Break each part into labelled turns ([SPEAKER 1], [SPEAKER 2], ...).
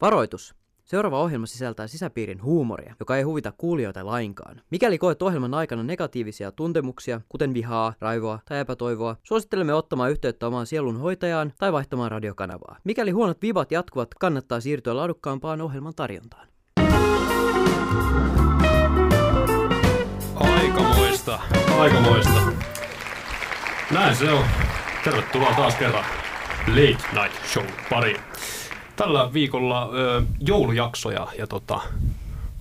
[SPEAKER 1] Varoitus. Seuraava ohjelma sisältää sisäpiirin huumoria, joka ei huvita kuulijoita lainkaan. Mikäli koet ohjelman aikana negatiivisia tuntemuksia, kuten vihaa, raivoa tai epätoivoa, suosittelemme ottamaan yhteyttä omaan sielunhoitajaan tai vaihtamaan radiokanavaa. Mikäli huonot vibat jatkuvat, kannattaa siirtyä laadukkaampaan ohjelman tarjontaan.
[SPEAKER 2] Aikamoista, aikamoista. Näin se on. Tervetuloa taas kerran Late Night Show pariin. Tällä viikolla ö, joulujaksoja ja tota,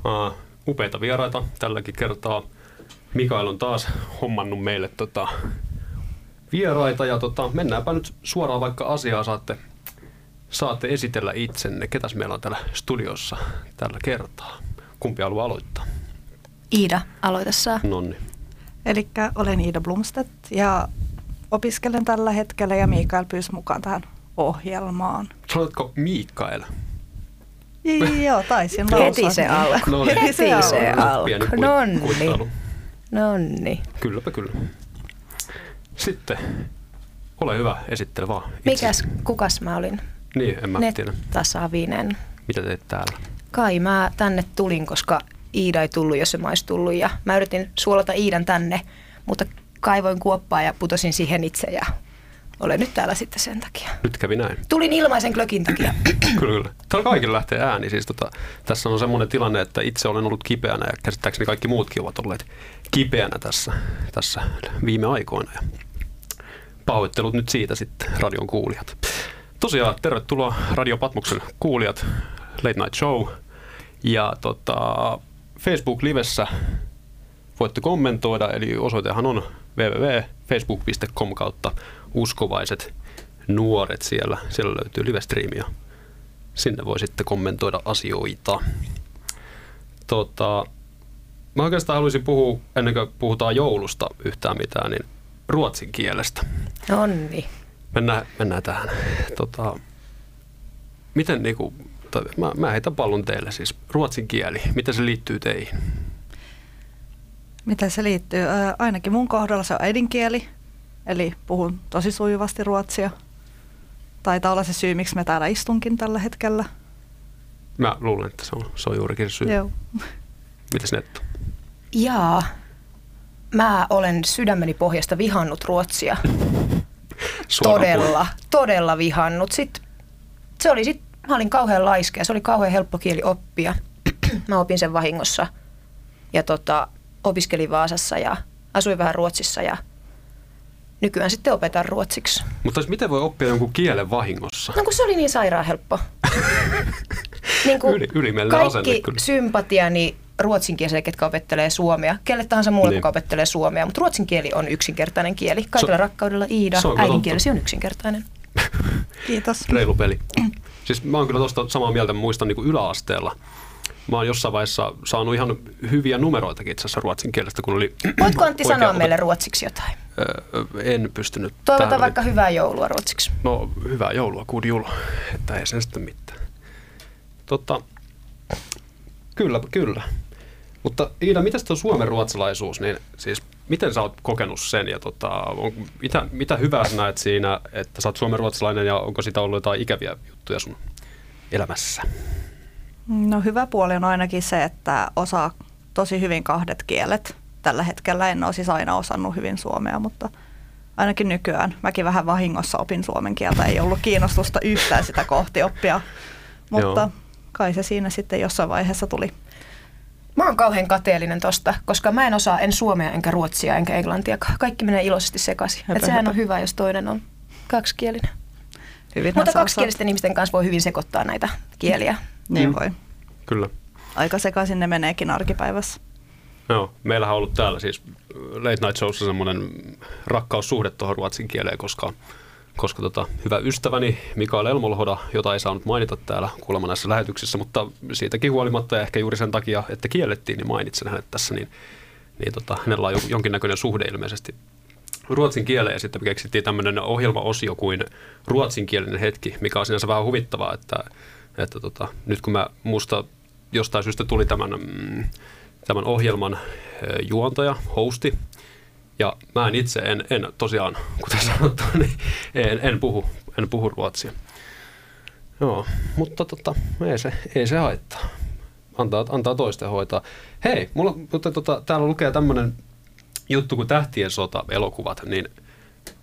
[SPEAKER 2] ö, upeita vieraita tälläkin kertaa. Mikael on taas hommannut meille tota, vieraita ja tota, mennäänpä nyt suoraan vaikka asiaa saatte, saatte esitellä itsenne. Ketäs meillä on täällä studiossa tällä kertaa? Kumpi haluaa aloittaa?
[SPEAKER 3] Iida, aloita saa.
[SPEAKER 2] Nonni.
[SPEAKER 4] Eli olen Iida Blomstedt ja opiskelen tällä hetkellä ja Mikael pyysi mukaan tähän ohjelmaan.
[SPEAKER 2] Sanotko Mikael?
[SPEAKER 4] Joo, taisin lausua.
[SPEAKER 3] Heti se
[SPEAKER 4] niin.
[SPEAKER 3] alku.
[SPEAKER 2] No niin.
[SPEAKER 3] Heti se
[SPEAKER 4] Pieni
[SPEAKER 3] alku.
[SPEAKER 2] Pieni kui- kuittailu.
[SPEAKER 3] Nonni. Nonni.
[SPEAKER 2] Kylläpä kyllä. Sitten, ole hyvä, esittele vaan. itse.
[SPEAKER 3] Mikäs, kukas mä olin?
[SPEAKER 2] Niin, en mä
[SPEAKER 3] Net
[SPEAKER 2] tiedä,
[SPEAKER 3] Savinen.
[SPEAKER 2] mitä teet täällä.
[SPEAKER 3] Kai mä tänne tulin, koska Iida ei tullut, jos en mä olisi tullut. Ja mä yritin suolata Iidan tänne, mutta kaivoin kuoppaa ja putosin siihen itse ja olen nyt täällä sitten sen takia.
[SPEAKER 2] Nyt kävi näin.
[SPEAKER 3] Tulin ilmaisen klökin takia.
[SPEAKER 2] Kyllä, kyllä. Täällä kaikilla lähtee ääni. Siis tota, tässä on semmoinen tilanne, että itse olen ollut kipeänä ja käsittääkseni kaikki muutkin ovat olleet kipeänä tässä, tässä viime aikoina. Ja pahoittelut nyt siitä sitten radion kuulijat. Tosiaan, tervetuloa Radio Patmuksen kuulijat, Late Night Show. Ja tota, Facebook-livessä voitte kommentoida, eli osoitehan on www.facebook.com kautta uskovaiset nuoret siellä. Siellä löytyy livestriimiä. Sinne voi sitten kommentoida asioita. Tota, mä oikeastaan haluaisin puhua, ennen kuin puhutaan joulusta yhtään mitään, niin ruotsin kielestä.
[SPEAKER 3] Nonni.
[SPEAKER 2] Mennään, mennään tähän. Tota, miten niinku, tai mä, mä heitän pallon teille siis. Ruotsin kieli, miten se liittyy teihin?
[SPEAKER 4] Miten se liittyy? Ö, Ainakin mun kohdalla se on äidinkieli, eli puhun tosi sujuvasti ruotsia. Taitaa olla se syy, miksi mä täällä istunkin tällä hetkellä.
[SPEAKER 2] Mä luulen, että se on, se on juurikin se syy.
[SPEAKER 4] Joo.
[SPEAKER 2] Mites Nettu?
[SPEAKER 3] Jaa. Mä olen sydämeni pohjasta vihannut Ruotsia.
[SPEAKER 2] Suoraan
[SPEAKER 3] Todella, todella vihannut. Sit, se oli sit, mä olin kauhean laiska ja se oli kauhean helppo kieli oppia. mä opin sen vahingossa ja tota, opiskelin Vaasassa ja asuin vähän Ruotsissa ja nykyään sitten opetan ruotsiksi.
[SPEAKER 2] Mutta siis miten voi oppia jonkun kielen vahingossa?
[SPEAKER 3] No kun se oli niin sairaan helppo. niin kuin
[SPEAKER 2] Yli- ylimielinen asenne
[SPEAKER 3] kaikki
[SPEAKER 2] kyllä.
[SPEAKER 3] sympatiani ruotsinkielisille, ketkä opettelee suomea. Kelle tahansa muulle,
[SPEAKER 2] Niin.
[SPEAKER 3] niin. joka opettelee suomea. Mutta ruotsin kieli on yksinkertainen kieli. Kaikella
[SPEAKER 2] Se-
[SPEAKER 3] rakkaudella Iida,
[SPEAKER 2] se on kyllä
[SPEAKER 3] äidinkielesi on yksinkertainen.
[SPEAKER 4] Kiitos.
[SPEAKER 2] Reilu peli. Siis mä oon kyllä tosta samaa mieltä, mä muistan niin yläasteella. Mä oon jossain vaiheessa saanut ihan hyviä numeroitakin itse asiassa ruotsin kielestä, kun oli
[SPEAKER 3] Voitko Antti
[SPEAKER 2] oikea
[SPEAKER 3] sanoa
[SPEAKER 2] opet-
[SPEAKER 3] meille ruotsiksi jotain?
[SPEAKER 2] Öö, en pystynyt.
[SPEAKER 3] Toivotan
[SPEAKER 2] tähän
[SPEAKER 3] vaikka
[SPEAKER 2] nyt.
[SPEAKER 3] hyvää joulua ruotsiksi.
[SPEAKER 2] No, hyvää joulua, good jul. Että ei sen sitten mitään. Totta, kyllä, kyllä. Mutta Iida, mitäs tuo suomen ruotsalaisuus, niin siis miten sä oot kokenut sen ja tota, on, mitä, mitä hyvää sä näet siinä, että sä oot suomen ruotsalainen ja onko sitä ollut jotain ikäviä juttuja sun elämässä?
[SPEAKER 4] No hyvä puoli on ainakin se, että osaa tosi hyvin kahdet kielet. Tällä hetkellä en ole siis aina osannut hyvin suomea, mutta ainakin nykyään. Mäkin vähän vahingossa opin suomen kieltä, ei ollut kiinnostusta yhtään sitä kohti oppia. Mutta
[SPEAKER 2] Joo.
[SPEAKER 4] Joo. kai se siinä sitten jossain vaiheessa tuli.
[SPEAKER 3] Mä oon kauhean kateellinen tosta, koska mä en osaa en suomea, enkä ruotsia, enkä englantia. Ka- Kaikki menee iloisesti sekaisin.
[SPEAKER 4] Höpö,
[SPEAKER 3] Et sehän
[SPEAKER 4] höpö.
[SPEAKER 3] on hyvä, jos toinen on kaksikielinen.
[SPEAKER 4] Hyvin
[SPEAKER 3] Mutta kaksikielisten ihmisten kanssa voi hyvin sekoittaa näitä kieliä.
[SPEAKER 4] Niin
[SPEAKER 2] Mm.
[SPEAKER 4] voi.
[SPEAKER 2] Kyllä.
[SPEAKER 4] Aika sekaisin ne meneekin arkipäivässä.
[SPEAKER 2] Joo, meillähän on ollut täällä siis Late Night Showssa semmoinen rakkaussuhde tuohon ruotsin kieleen, koska, koska tota, hyvä ystäväni Mikael Elmolhoda, jota ei saanut mainita täällä kuulemma näissä lähetyksissä, mutta siitäkin huolimatta ja ehkä juuri sen takia, että kiellettiin, niin mainitsen hänet tässä, niin, niin tota, hänellä on jo- jonkinnäköinen suhde ilmeisesti ruotsin kieleen ja sitten me keksittiin tämmöinen ohjelmaosio kuin ruotsinkielinen hetki, mikä on sinänsä vähän huvittavaa, että, että tota, nyt kun mä musta jostain syystä tuli tämän, mm, tämän ohjelman ö, juontaja, hosti, ja mä en itse, en, en tosiaan, kuten sanottu, niin en, en, puhu, en puhu ruotsia. Joo, mutta tota, ei, se, ei se haittaa. Antaa, antaa toisten hoitaa. Hei, mulla, mutta tota, täällä lukee tämmöinen juttu kuin Tähtien sota elokuvat, niin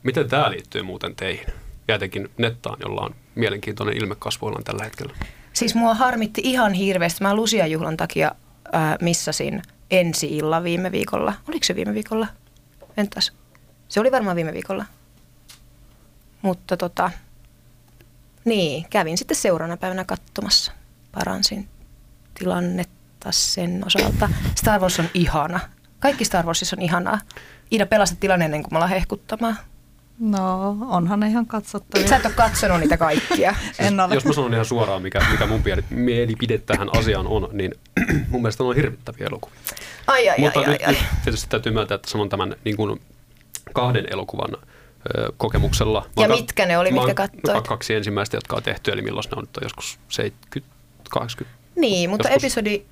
[SPEAKER 2] miten tämä liittyy muuten teihin? Ja etenkin nettaan, jolla on mielenkiintoinen ilme kasvoillaan tällä hetkellä.
[SPEAKER 3] Siis mua harmitti ihan hirveästi. Mä Lusia-juhlan takia ää, missasin ensi illa viime viikolla. Oliko se viime viikolla? Entäs? Se oli varmaan viime viikolla. Mutta tota, niin, kävin sitten seuraavana päivänä katsomassa. Paransin tilannetta sen osalta. Star Wars on ihana. Kaikki Star Warsissa on ihanaa. Iida, pelasta tilanne ennen kuin mä alan hehkuttamaan.
[SPEAKER 4] No, onhan ne ihan katsottavia.
[SPEAKER 3] Sä et ole katsonut niitä kaikkia.
[SPEAKER 4] En ole.
[SPEAKER 2] Jos mä sanon ihan suoraan, mikä, mikä mun pieni- mielipide tähän asiaan on, niin mun mielestä ne on hirvittäviä elokuvia.
[SPEAKER 3] Ai, ai,
[SPEAKER 2] Mutta
[SPEAKER 3] ai, ai,
[SPEAKER 2] nyt,
[SPEAKER 3] ai.
[SPEAKER 2] nyt tietysti täytyy myöntää, että sanon tämän niin kuin kahden elokuvan ö, kokemuksella. Mä
[SPEAKER 3] Ja
[SPEAKER 2] oon-
[SPEAKER 3] mitkä ne oli,
[SPEAKER 2] mä oon-
[SPEAKER 3] mitkä katsoit?
[SPEAKER 2] ka- Kaksi ensimmäistä, jotka on tehty, eli milloin ne on nyt on joskus 70, 80.
[SPEAKER 3] Niin, mutta
[SPEAKER 2] joskus-
[SPEAKER 3] episodi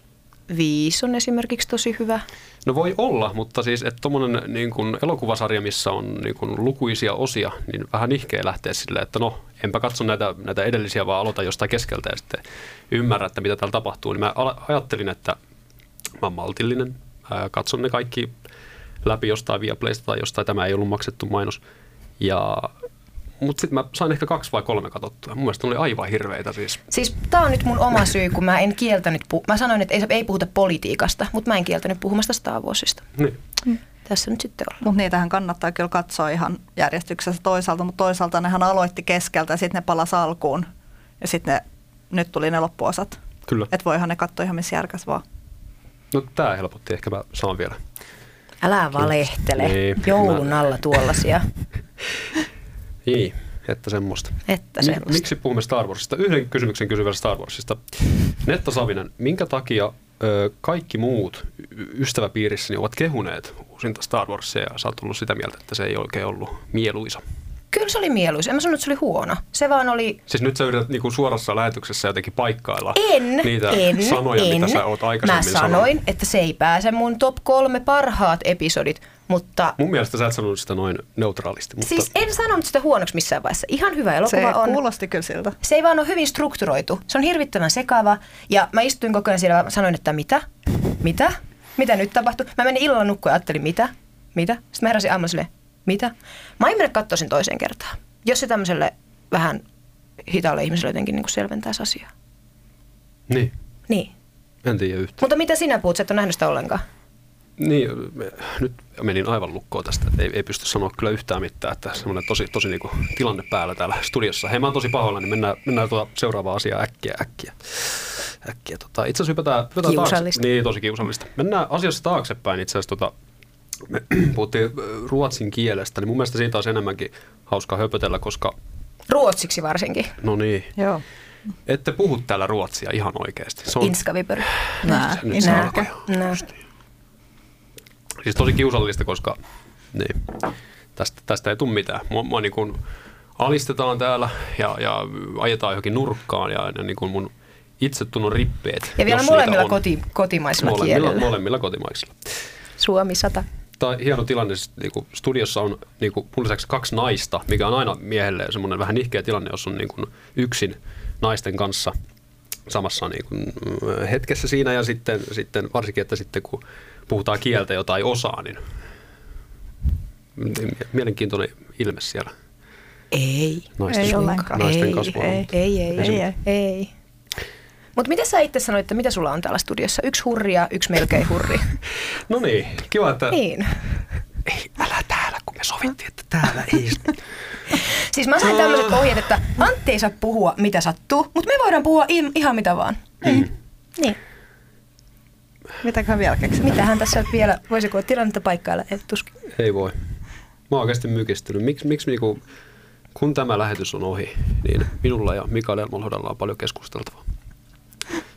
[SPEAKER 3] viisi on esimerkiksi tosi hyvä.
[SPEAKER 2] No voi olla, mutta siis että tuommoinen niin kuin elokuvasarja, missä on niin kuin lukuisia osia, niin vähän nihkeä lähteä silleen, että no, enpä katso näitä, näitä edellisiä, vaan aloita jostain keskeltä ja sitten ymmärrä, että mitä täällä tapahtuu. Niin mä ala- ajattelin, että mä oon maltillinen, ää, katson ne kaikki läpi jostain Viaplaysta tai jostain, tämä ei ollut maksettu mainos. Ja, mutta sitten mä sain ehkä kaksi vai kolme katsottua. Mun mielestä ne oli aivan hirveitä siis.
[SPEAKER 3] Siis tämä on nyt mun oma syy, kun mä en kieltänyt, pu- mä sanoin, että ei, ei puhuta politiikasta, mutta mä en kieltänyt puhumasta Star Warsista.
[SPEAKER 2] Niin.
[SPEAKER 3] Mm. Tässä nyt sitten ollaan.
[SPEAKER 4] Mutta niitähän kannattaa kyllä katsoa ihan järjestyksessä toisaalta, mutta toisaalta nehän aloitti keskeltä ja sitten ne palas alkuun ja sitten ne, nyt tuli ne loppuosat.
[SPEAKER 2] Kyllä.
[SPEAKER 4] Että voihan ne katsoa ihan missä järkäs vaan.
[SPEAKER 2] No tämä helpotti, ehkä mä saan vielä
[SPEAKER 3] Älä valehtele.
[SPEAKER 2] Niin,
[SPEAKER 3] Joulun
[SPEAKER 2] mä-
[SPEAKER 3] alla tuollaisia.
[SPEAKER 2] Niin, että semmoista.
[SPEAKER 3] Että
[SPEAKER 2] Mi-
[SPEAKER 3] sellaista.
[SPEAKER 2] Miksi puhumme Star Warsista? Yhden kysymyksen kysyn vielä Star Warsista. Netta Savinen, minkä takia ö, kaikki muut y- ystäväpiirissäni ovat kehuneet uusinta Star Warsia ja sä oot ollut sitä mieltä, että se ei oikein ollut mieluisa?
[SPEAKER 3] Kyllä se oli mieluisa. En mä sano, että se oli huono. Se vaan oli...
[SPEAKER 2] Siis nyt sä yrität niinku suorassa lähetyksessä jotenkin paikkailla
[SPEAKER 3] En,
[SPEAKER 2] niitä
[SPEAKER 3] en,
[SPEAKER 2] sanoja,
[SPEAKER 3] en.
[SPEAKER 2] mitä sä oot aikaisemmin
[SPEAKER 3] Mä sanoin,
[SPEAKER 2] sanonut.
[SPEAKER 3] että se ei pääse mun top kolme parhaat episodit, mutta...
[SPEAKER 2] Mun mielestä sä et sanonut sitä noin neutraalisti, mutta
[SPEAKER 3] Siis en sanonut sitä huonoksi missään vaiheessa. Ihan hyvä elokuva
[SPEAKER 4] Se
[SPEAKER 3] No, on.
[SPEAKER 4] kuulosti kyllä siltä.
[SPEAKER 3] se ei vaan ole hyvin strukturoitu. Se on hirvittävän sekava. Ja mä istuin koko ajan siellä ja sanoin, että mitä? Mitä? Mitä nyt tapahtuu? Mä menin illalla nukkumaan ja ajattelin, mitä? Mitä? Sitten mä heräsin aamulla silleen, mitä? Mä en mennä katsoa sen toiseen kertaan. Jos se tämmöiselle vähän hitaalle ihmiselle jotenkin niin selventäisi asiaa.
[SPEAKER 2] niin,
[SPEAKER 3] Niin.
[SPEAKER 2] en tiedä yhtään.
[SPEAKER 3] Mutta mitä sinä puhut? Sä et ole nähnyt sitä ollenkaan.
[SPEAKER 2] Niin, me- nyt menin aivan lukkoon tästä. Ei, ei pysty sanoa kyllä yhtään mitään, että semmoinen tosi, tosi niinku tilanne päällä täällä studiossa. Hei, mä oon tosi pahoilla, niin mennään, mennään tuota seuraavaa asiaa äkkiä, äkkiä. äkkiä tota, itse asiassa hypätään, hypätään
[SPEAKER 3] Kiusallista.
[SPEAKER 2] Taakse. Niin, tosi kiusallista. Mennään asiassa taaksepäin itse asiassa. Tota, me puhuttiin ö, ruotsin kielestä, niin mun mielestä siitä olisi enemmänkin hauska höpötellä, koska
[SPEAKER 3] Ruotsiksi varsinkin.
[SPEAKER 2] no niin,
[SPEAKER 4] Joo.
[SPEAKER 2] ette puhu täällä ruotsia ihan oikeasti. Se on,
[SPEAKER 3] Inskavipöri.
[SPEAKER 4] Nää.
[SPEAKER 2] Nyt se niin.
[SPEAKER 3] Nääkö?
[SPEAKER 2] alkoi.
[SPEAKER 3] Nääkö?
[SPEAKER 2] Siis tosi kiusallista, koska niin, tästä, tästä ei tule mitään. Mua, mua niin kuin alistetaan täällä ja, ja ajetaan johonkin nurkkaan ja, ja niin kuin mun itsetunnon rippeet.
[SPEAKER 3] Ja vielä
[SPEAKER 2] jos niitä
[SPEAKER 3] molemmilla
[SPEAKER 2] on.
[SPEAKER 3] koti, kotimaisilla
[SPEAKER 2] molemmilla,
[SPEAKER 3] kielillä.
[SPEAKER 2] molemmilla kotimaisilla.
[SPEAKER 3] Suomi 100.
[SPEAKER 2] Tämä on hieno tilanne. siis Niin kuin studiossa on niin kuin mun lisäksi kaksi naista, mikä on aina miehelle semmoinen vähän nihkeä tilanne, jos on niin kuin yksin naisten kanssa samassa niin kuin mm, hetkessä siinä ja sitten, sitten varsinkin, että sitten kun puhutaan kieltä, jota ei osaa, niin niin mielenkiintoinen ilme siellä
[SPEAKER 3] Ei.
[SPEAKER 2] naisten,
[SPEAKER 4] Ei ollenkaan.
[SPEAKER 2] naisten
[SPEAKER 3] Ei,
[SPEAKER 2] kasvoilla.
[SPEAKER 4] ei.
[SPEAKER 2] mutta-
[SPEAKER 3] Ei, ei,
[SPEAKER 4] Ei,
[SPEAKER 3] ei.
[SPEAKER 4] ei.
[SPEAKER 3] ei. ei. Mutta mitä sä itse sanoit, että mitä sulla on täällä studiossa? Yksi hurri ja yksi melkein hurri.
[SPEAKER 2] No niin, kiva, että
[SPEAKER 3] niin.
[SPEAKER 2] ei, älä täällä, kun me sovittiin, että täällä ei.
[SPEAKER 3] Siis mä sain tämmöiset ohjeet, että Antti ei saa puhua mitä sattuu, mutta me voidaan puhua im- ihan mitä vaan. Niin.
[SPEAKER 4] Mitäköhän vielä keksitään?
[SPEAKER 3] Mitähän tässä vielä, voisiko tilannetta paikkailla, et tuskin.
[SPEAKER 2] Ei voi. Mä oon oikeasti mykistynyt. Miks, miksi niinku, kun tämä lähetys on ohi, niin minulla ja Mikael Elmolhodalla on paljon keskusteltavaa.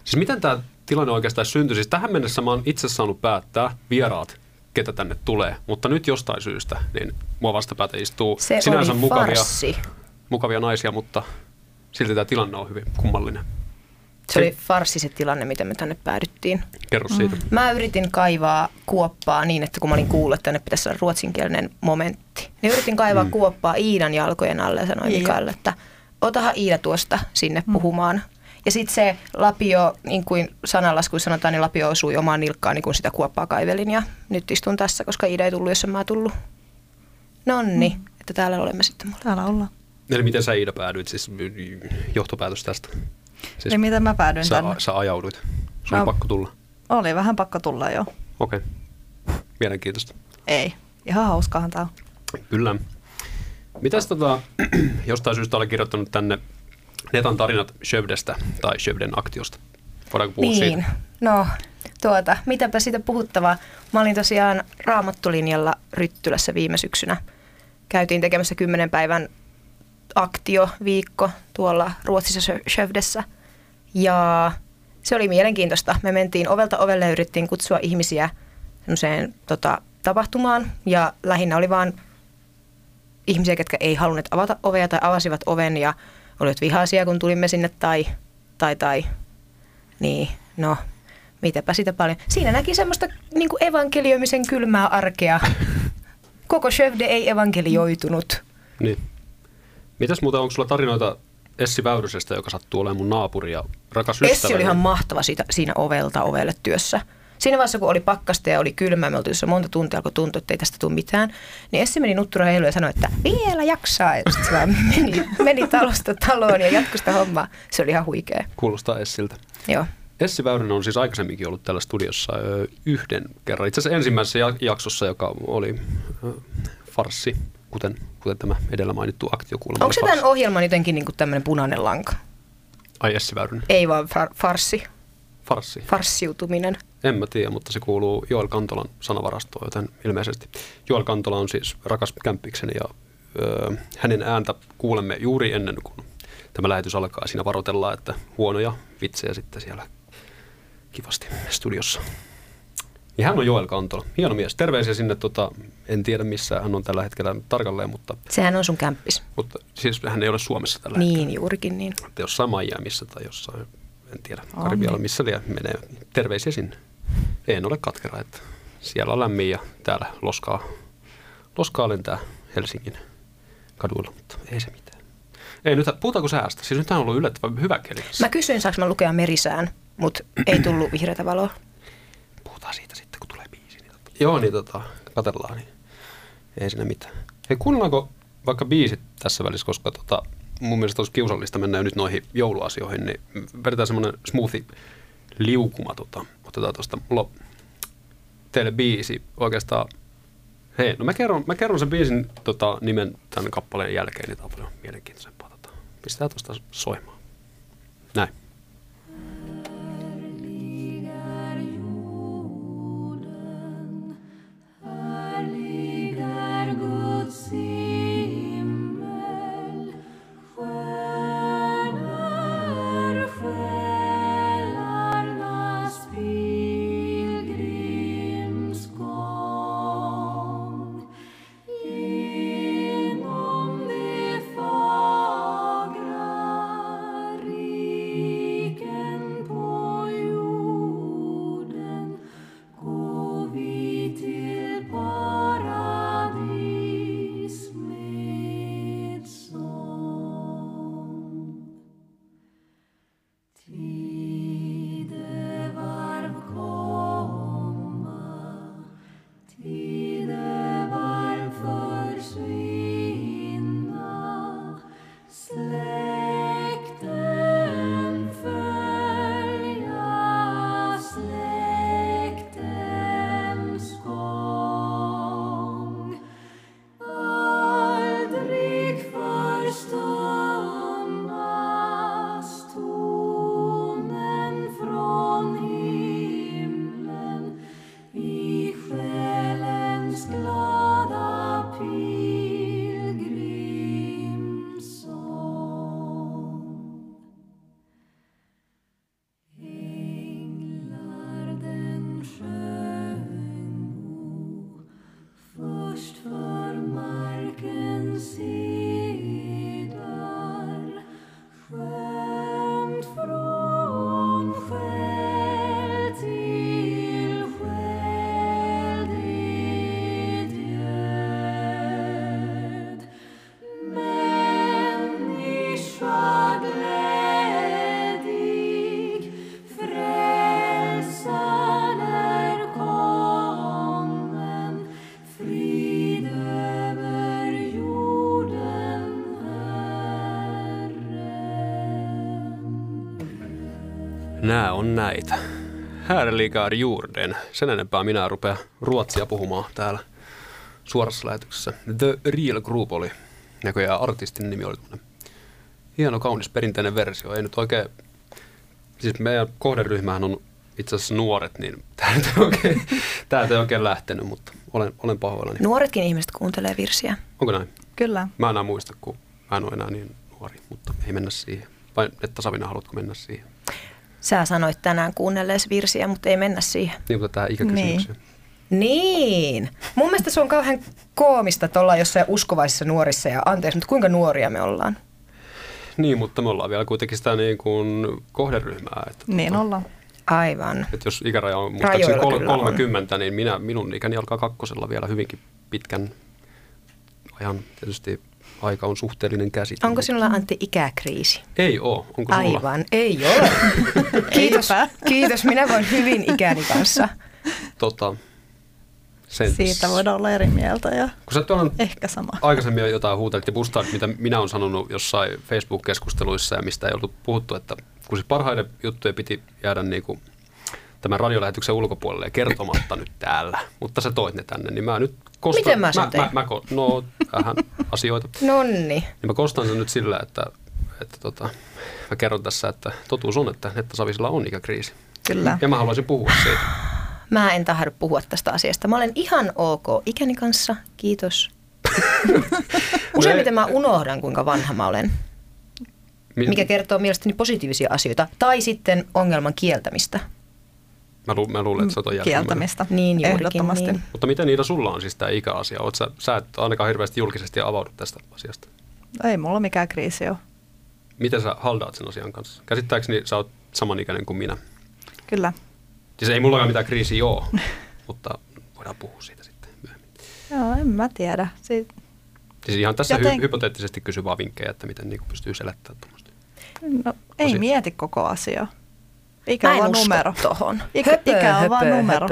[SPEAKER 2] Siis miten tämä tilanne oikeastaan syntyi? Siis tähän mennessä mä oon itse saanut päättää vieraat, ketä tänne tulee. Mutta nyt jostain syystä, niin mua vastapäätä istuu
[SPEAKER 3] Se
[SPEAKER 2] sinänsä
[SPEAKER 3] oli
[SPEAKER 2] mukavia,
[SPEAKER 3] farssi.
[SPEAKER 2] mukavia naisia, mutta silti tämä tilanne on hyvin kummallinen.
[SPEAKER 3] Se oli farsi se tilanne, miten me tänne päädyttiin.
[SPEAKER 2] Kerro siitä. Mm.
[SPEAKER 3] Mä yritin kaivaa kuoppaa niin, että kun mä olin kuullut, että tänne pitäisi olla ruotsinkielinen momentti. Niin yritin kaivaa mm. kuoppaa Iidan jalkojen alle ja sanoin
[SPEAKER 4] Niin.
[SPEAKER 3] Mikaelle, että otahan Iida tuosta sinne mm. puhumaan. Ja sitten se lapio, niin kuin sananlaskuissa sanotaan, niin lapio osui omaan nilkkaan, niin kun sitä kuoppaa kaivelin. Ja nyt istun tässä, koska Iida ei tullut, jos en mä tullut. Nonni, mm. että täällä olemme sitten mulle.
[SPEAKER 4] Täällä ollaan.
[SPEAKER 2] Eli miten sä Iida päädyit, siis johtopäätös tästä?
[SPEAKER 4] Siis niin miten mä päädyin
[SPEAKER 2] sä,
[SPEAKER 4] tänne?
[SPEAKER 2] sä ajauduit. Sun no.
[SPEAKER 4] No.
[SPEAKER 2] on pakko tulla.
[SPEAKER 4] Oli vähän pakko tulla jo.
[SPEAKER 2] Okei. Okay. Mielenkiintoista.
[SPEAKER 4] Ei. Ihan hauskahan tää on.
[SPEAKER 2] Kyllä. Mitäs tota, jostain syystä olen kirjoittanut tänne Netan tarinat Shövdestä tai Shövden aktiosta. Voidaanko puhua
[SPEAKER 3] niin.
[SPEAKER 2] siitä?
[SPEAKER 3] No, tuota, mitäpä siitä puhuttavaa. Mä olin tosiaan raamattulinjalla Ryttylässä viime syksynä. Käytiin tekemässä kymmenen päivän aktioviikko tuolla Ruotsissa Sö- Skövdessä. Ja se oli mielenkiintoista. Me mentiin ovelta ovelle ja yritettiin kutsua ihmisiä semmoiseen tota, tapahtumaan. Ja lähinnä oli vaan ihmisiä, ketkä ei halunneet avata ovea tai avasivat oven ja olivat vihaisia, kun tulimme sinne tai, tai, tai. Niin, no, mitäpä sitä paljon. Siinä näki semmoista niin evankelioimisen kylmää arkea. Koko Skövde ei evankelioitunut.
[SPEAKER 2] Niin. Mitäs muuten, onko sulla tarinoita Essi Väyrysestä, joka sattuu olemaan mun naapuri ja rakas
[SPEAKER 3] Essi
[SPEAKER 2] ystäväni?
[SPEAKER 3] oli ihan mahtava siitä, siinä ovelta ovelle työssä. Siinä vaiheessa, kun oli pakkasta ja oli kylmää, me oltiin tuossa monta tuntia, alkoi tuntua, että ei tästä tule mitään, niin Essi meni nuttura heiluun ja sanoi, että vielä jaksaa. Ja sitten se vaan meni, meni talosta taloon ja jatkoi sitä hommaa. Se oli ihan huikea.
[SPEAKER 2] Kuulostaa Essiltä.
[SPEAKER 3] Joo.
[SPEAKER 2] Essi Väyrynen on siis aikaisemminkin ollut täällä studiossa ö, yhden kerran. Itse asiassa ensimmäisessä ja- jaksossa, joka oli ö, farsi, kuten, kuten tämä edellä mainittu aktiokulma.
[SPEAKER 3] Onko se tämän ohjelman jotenkin niin tämmöinen punainen lanka?
[SPEAKER 2] Ai Essi Väyrynen.
[SPEAKER 3] Ei vaan far- farsi,
[SPEAKER 2] Farsi.
[SPEAKER 3] farssiutuminen.
[SPEAKER 2] En mä tiedä, mutta se kuuluu Joel Kantolan sanavarastoon, joten ilmeisesti. Joel Kantola on siis rakas kämppikseni ja ö, hänen ääntä kuulemme juuri ennen kuin tämä lähetys alkaa. Siinä varoitellaan, että huonoja vitsejä sitten siellä kivasti studiossa. Ja hän on Joel Kantola. Hieno mies. Terveisiä sinne. Tota, en tiedä, missä hän on tällä hetkellä tarkalleen, mutta,
[SPEAKER 3] Sehän on sun kämppis.
[SPEAKER 2] mutta siis hän ei ole Suomessa tällä hetkellä.
[SPEAKER 3] Niin, juurikin niin.
[SPEAKER 2] Että jossain Miamiissa tai jossain, en tiedä, Karibialla, missä liian menee. niin Terveisiä sinne. En ole katkera, että siellä on lämmin ja täällä loskaa, loskaa lentää Helsingin kaduilla, mutta ei se mitään. Ei nyt, puhutaanko säästä? Siis nyt on ollut yllättävän hyvä keli.
[SPEAKER 3] Mä kysyin, saanko mä lukea merisään, mutta ei tullut vihreätä valoa.
[SPEAKER 2] Puhutaan siitä sitten, kun tulee biisi. Niin tota. Joo, niin tota, katellaan, niin ei siinä mitään. Hei, kuunnellaanko vaikka biisit tässä välissä, koska tota, mun mielestä olisi kiusallista mennä jo nyt noihin jouluasioihin, niin vedetään semmoinen smoothi liukuma, tota, otetaan tuosta, mulla on teille biisi oikeastaan, hei, no mä kerron, mä kerron sen biisin tota, nimen tämän kappaleen jälkeen, niin tämä on paljon mielenkiintoisempaa. Tota. Pistetään tuosta soimaan. Näin.
[SPEAKER 5] Fagra rim
[SPEAKER 2] Nää on näitä. Här ligger jorden. Sen enempää minä rupea ruotsia puhumaan täällä suorassa lähetyksessä. The Real Group oli näköjään artistin nimi oli tämmönen hieno, kaunis, perinteinen versio. Ei nyt oikein, siis meidän kohderyhmähän on itse asiassa nuoret, niin täältä ei oikein, täältä ei oikein lähtenyt, mutta olen, olen pahoillani.
[SPEAKER 3] Nuoretkin ihmiset kuuntelee virsiä.
[SPEAKER 2] Onko näin?
[SPEAKER 4] Kyllä.
[SPEAKER 2] Mä enää muista, kun mä en ole enää niin nuori, mutta ei mennä siihen. Vai että Savina, haluatko mennä siihen?
[SPEAKER 3] Sä sanoit tänään kuunnelleesi virsiä, mutta ei mennä siihen.
[SPEAKER 2] Niin, mutta tähän ikäkysymykseen. Niin.
[SPEAKER 3] Niin. Mun mielestä se on kauhean koomista, että ollaan jossain uskovaisissa nuorissa ja anteeksi, mutta kuinka nuoria me ollaan?
[SPEAKER 2] niin, mutta me ollaan vielä kuitenkin sitä niin kuin kohderyhmää. Että,
[SPEAKER 4] Niin
[SPEAKER 2] tota,
[SPEAKER 4] ollaan.
[SPEAKER 3] Aivan.
[SPEAKER 2] että jos ikäraja on muistaakseni
[SPEAKER 3] Rajoilla
[SPEAKER 2] kol-
[SPEAKER 3] kyllä on.
[SPEAKER 2] 30, niin minä, minun ikäni alkaa kakkosella vielä hyvinkin pitkän ajan. Tietysti aika on suhteellinen käsite.
[SPEAKER 3] Onko
[SPEAKER 2] mutta-
[SPEAKER 3] sinulla Antti ikäkriisi?
[SPEAKER 2] Ei oo. Onko sulla?
[SPEAKER 3] Aivan, ei ole. kiitos,
[SPEAKER 4] Eipä.
[SPEAKER 3] kiitos, minä voin hyvin ikäni kanssa.
[SPEAKER 2] Tota, sen,
[SPEAKER 4] Siitä voidaan olla eri mieltä ja
[SPEAKER 2] Kun sä tuolla
[SPEAKER 4] ehkä sama.
[SPEAKER 2] aikaisemmin jo jotain huutelit ja bustaat, mitä minä olen sanonut jossain Facebook-keskusteluissa ja mistä ei ollut puhuttu, että kun siis parhaiden juttuja piti jäädä niin kuin tämän radiolähetyksen ulkopuolelle ja kertomatta nyt täällä, mutta sä toit ne tänne, niin mä nyt kostan...
[SPEAKER 3] Miten mä sen
[SPEAKER 2] mä,
[SPEAKER 3] tein?
[SPEAKER 2] mä, mä, ko- No, vähän asioita.
[SPEAKER 3] Nonni.
[SPEAKER 2] Niin mä kostan sen nyt sillä, että, että tota, mä kerron tässä, että totuus on, että, että Savisilla on ikäkriisi.
[SPEAKER 4] Kyllä.
[SPEAKER 2] Ja mä haluaisin puhua siitä.
[SPEAKER 3] Mä en tahdo puhua tästä asiasta. Mä olen ihan ok ikäni kanssa, kiitos. Useimmiten mä unohdan, kuinka vanha mä olen,
[SPEAKER 2] Mi-
[SPEAKER 3] mikä kertoo mielestäni positiivisia asioita. Tai sitten ongelman kieltämistä.
[SPEAKER 2] mä, lu- mä luulen, että sä oot on jälkimmäinen.
[SPEAKER 4] Kieltämistä.
[SPEAKER 3] Niin juurikin,
[SPEAKER 4] Ehdottomasti.
[SPEAKER 3] niin.
[SPEAKER 2] Mutta miten niillä sulla on siis tämä ikäasia? Oot sä, sä et ainakaan hirveästi julkisesti avaudu tästä asiasta.
[SPEAKER 4] Ei mulla mikään kriisi ole.
[SPEAKER 2] Miten sä haldaat sen asian kanssa? Käsittääkseni sä oot samanikäinen kuin minä.
[SPEAKER 4] Kyllä.
[SPEAKER 2] Siis ei mullakaan mitään kriisiä ole, mutta voidaan puhua siitä sitten myöhemmin.
[SPEAKER 4] Joo, en mä tiedä. Siit,
[SPEAKER 2] Siis ihan tässä Joten...
[SPEAKER 4] Joten-
[SPEAKER 2] hy- hypoteettisesti kysy vaan vinkkejä, että miten niin pystyy selättämään tuommoista.
[SPEAKER 4] no, ei
[SPEAKER 2] Tosi-
[SPEAKER 4] mieti koko asiaa. Ikä
[SPEAKER 3] Mä
[SPEAKER 4] on
[SPEAKER 3] en
[SPEAKER 4] vaan
[SPEAKER 3] usko
[SPEAKER 4] numero.
[SPEAKER 3] tohon.
[SPEAKER 4] Ikä, ikä on vaan numero.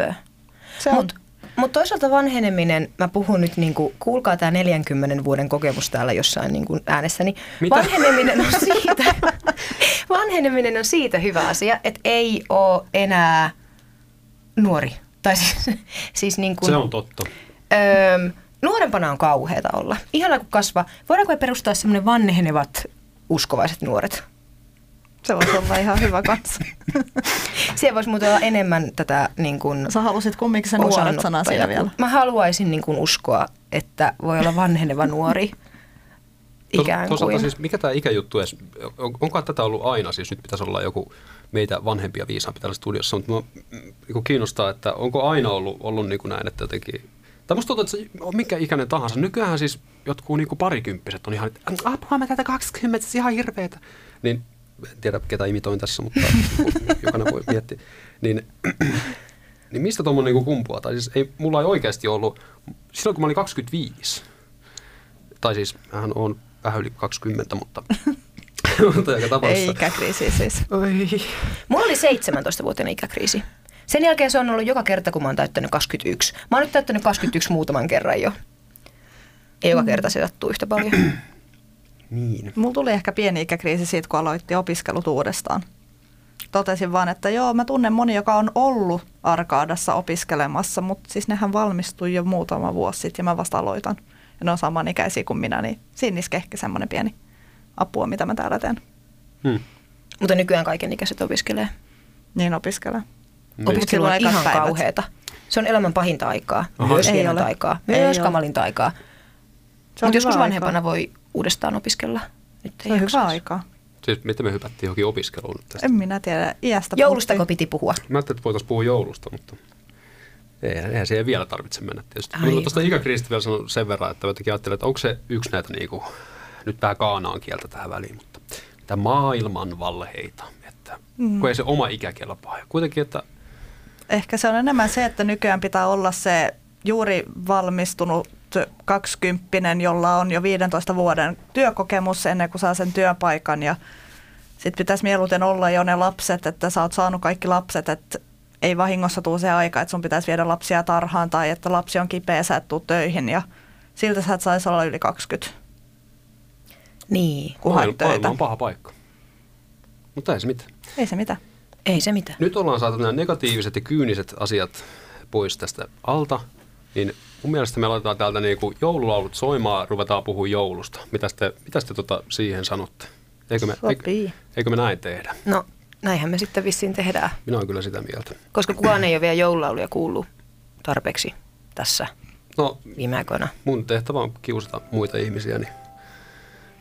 [SPEAKER 4] Se on.
[SPEAKER 3] Mutta mut toisaalta vanheneminen, mä puhun nyt niinku, kuulkaa tämä 40 vuoden kokemus täällä jossain niinku äänessäni.
[SPEAKER 2] Mitä?
[SPEAKER 3] Vanheneminen on siitä, vanheneminen on siitä hyvä asia, että ei ole enää nuori. Tai siis, siis niinku,
[SPEAKER 2] Se on totta.
[SPEAKER 3] Öö, nuorempana on kauheata olla. Ihana kun kasvaa. Voidaanko me perustaa semmoinen vanhenevat uskovaiset nuoret?
[SPEAKER 4] Se voisi olla ihan hyvä kanssa.
[SPEAKER 3] Siellä voisi muuten olla enemmän tätä niin kuin,
[SPEAKER 4] Sä halusit kumminkin sen nuoret sanan siinä vielä.
[SPEAKER 3] Mä haluaisin niin kuin uskoa, että voi olla vanheneva nuori. Ikään
[SPEAKER 2] Tos-
[SPEAKER 3] kuin.
[SPEAKER 2] toisaalta siis mikä tämä ikäjuttu edes, on, onko tätä ollut aina, siis nyt pitäisi olla joku meitä vanhempia viisaampi täällä studiossa, mutta minua niin kiinnostaa, että onko aina ollut, ollut niin kuin näin, että jotenkin, tai musta tuntuu, että se on mikä ikäinen tahansa, nykyään siis jotkut niin kuin parikymppiset on ihan, että apua mä tätä 20, se on ihan hirveetä, niin en tiedä ketä imitoin tässä, mutta jokainen voi miettiä, niin niin mistä tuommoinen niinku kumpuaa? Tai siis ei, mulla ei oikeasti ollut, silloin kun mä olin 25, tai siis mähän on vähän yli 20, mutta, mutta joka
[SPEAKER 4] Ei
[SPEAKER 2] tapauksessa.
[SPEAKER 4] ikäkriisi siis.
[SPEAKER 2] Oi.
[SPEAKER 3] Mulla oli 17-vuotiaana ikäkriisi. Sen jälkeen se on ollut joka kerta, kun mä oon täyttänyt 21. Mä oon nyt täyttänyt 21 muutaman kerran jo. Ei
[SPEAKER 4] Mm.
[SPEAKER 3] joka kerta se sattuu yhtä paljon.
[SPEAKER 2] Niin.
[SPEAKER 4] Mulla tuli ehkä pieni ikäkriisi siitä, kun aloitti opiskelut uudestaan. Totesin vaan, että joo, mä tunnen moni, joka on ollut Arkaadassa opiskelemassa, mutta siis nehän valmistui jo muutama vuosi sitten ja mä vasta aloitan. Ja ne on samanikäisiä kuin minä, niin siinä iski ehkä semmoinen pieni apua, mitä mä täällä teen.
[SPEAKER 2] Hmm.
[SPEAKER 3] Mutta nykyään kaiken ikäiset opiskelee.
[SPEAKER 4] Niin opiskelen.
[SPEAKER 2] Niin.
[SPEAKER 4] Opis-
[SPEAKER 3] Opiskelu on
[SPEAKER 4] Silloin ekat
[SPEAKER 3] ihan
[SPEAKER 4] päivät.
[SPEAKER 3] kauheata. Se on elämän pahinta aikaa,
[SPEAKER 2] Aha.
[SPEAKER 3] myös
[SPEAKER 4] Ei
[SPEAKER 3] hienointa
[SPEAKER 4] ole.
[SPEAKER 3] aikaa,
[SPEAKER 4] Ei
[SPEAKER 3] myös
[SPEAKER 4] ole.
[SPEAKER 3] kamalinta aikaa.
[SPEAKER 4] on
[SPEAKER 3] Mutta joskus
[SPEAKER 4] hyvä
[SPEAKER 3] vanhempana
[SPEAKER 4] aikaa.
[SPEAKER 3] voi uudestaan opiskella. Nyt ei
[SPEAKER 4] Se on
[SPEAKER 3] jaksa.
[SPEAKER 4] hyvä aikaa.
[SPEAKER 2] Siis miten me hypättiin johonkin opiskeluun nyt tästä?
[SPEAKER 4] En minä tiedä. Iästä
[SPEAKER 3] Joulustako
[SPEAKER 4] puhuttiin.
[SPEAKER 3] piti puhua?
[SPEAKER 2] Mä ajattelin, että voitaisiin puhua joulusta, mutta eihän, eihän siihen vielä tarvitse mennä tietysti.
[SPEAKER 3] Aivan.
[SPEAKER 2] Mutta tuosta ikäkriisistä vielä sanon sen verran, että jotenkin ajattelin, että onko se yksi näitä niinku, nyt vähän kaanaan kieltä tähän väliin, mutta mitä maailman valheita, että mm. kun ei se oma ikä kelpaa. Ja kuitenkin, että
[SPEAKER 4] Ehkä se on enemmän se, että nykyään pitää olla se juuri valmistunut kaksikymppinen, jolla on jo 15 vuoden työkokemus ennen kuin saa sen työpaikan ja sitten pitäisi mieluiten olla jo ne lapset, että sä oot saanut kaikki lapset, että ei vahingossa tuu se aika, että sun pitäisi viedä lapsia tarhaan tai että lapsi on kipeä, sä et tuu töihin ja siltä sä et saisi olla yli 20,
[SPEAKER 3] Niin.
[SPEAKER 4] kun haet
[SPEAKER 2] maailma
[SPEAKER 4] töitä.
[SPEAKER 2] on paha paikka. Mutta ei se mitään.
[SPEAKER 4] Ei se mitään.
[SPEAKER 3] Ei se mitään.
[SPEAKER 2] Nyt ollaan saatu nämä negatiiviset ja kyyniset asiat pois tästä alta, niin mun mielestä me laitetaan täältä niin kuin joululaulut soimaan, ruvetaan puhua joulusta. Mitä te, mitä te tota siihen sanotte? Eikö me, eikö,
[SPEAKER 4] Sopii.
[SPEAKER 2] eikö me näin tehdä?
[SPEAKER 3] No, näinhän me sitten vissiin tehdään,
[SPEAKER 2] Minä olen kyllä sitä mieltä.
[SPEAKER 3] koska kukaan ei ole vielä joululauluja kuullut tarpeeksi tässä
[SPEAKER 2] No,
[SPEAKER 3] viime aikoina.
[SPEAKER 2] mun tehtävä on kiusata muita ihmisiä, niin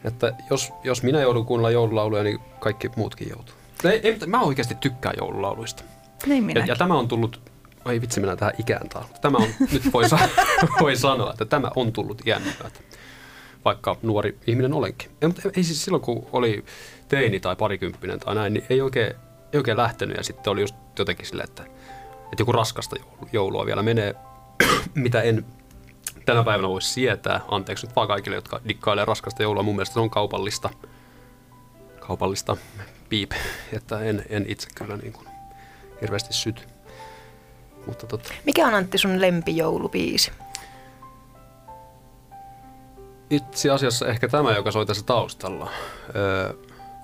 [SPEAKER 2] että jos, jos minä joudun kuunnella joululauluja, niin kaikki muutkin joutuu. Ei, ei, mutta mä oikeasti tykkään joululauluista.
[SPEAKER 4] Niin
[SPEAKER 2] Ja,
[SPEAKER 4] minäkin.
[SPEAKER 2] ja tämä on tullut, ai vitsi minä tähän ikään taas, mutta tämä on, nyt voi, sa- voi sanoa, että tämä on tullut iän myötä, vaikka nuori ihminen olenkin. Ei, mutta ei siis silloin kun oli teini tai parikymppinen tai näin, niin ei oikein, ei oikein lähtenyt ja sitten oli just jotenkin silleen, että, että joku raskasta joulu- joulua vielä menee, mitä en tänä päivänä voisi sietää. Anteeksi nyt vaan kaikille, jotka dikkailee raskasta joulua. Mun mielestä se on kaupallista, kaupallista piip, että en, en itse kyllä niin kuin hirveästi syty. Mutta totta.
[SPEAKER 3] Mikä on Antti sun lempijoulubiisi?
[SPEAKER 2] Itse asiassa ehkä tämä, joka soi tässä taustalla. Öö,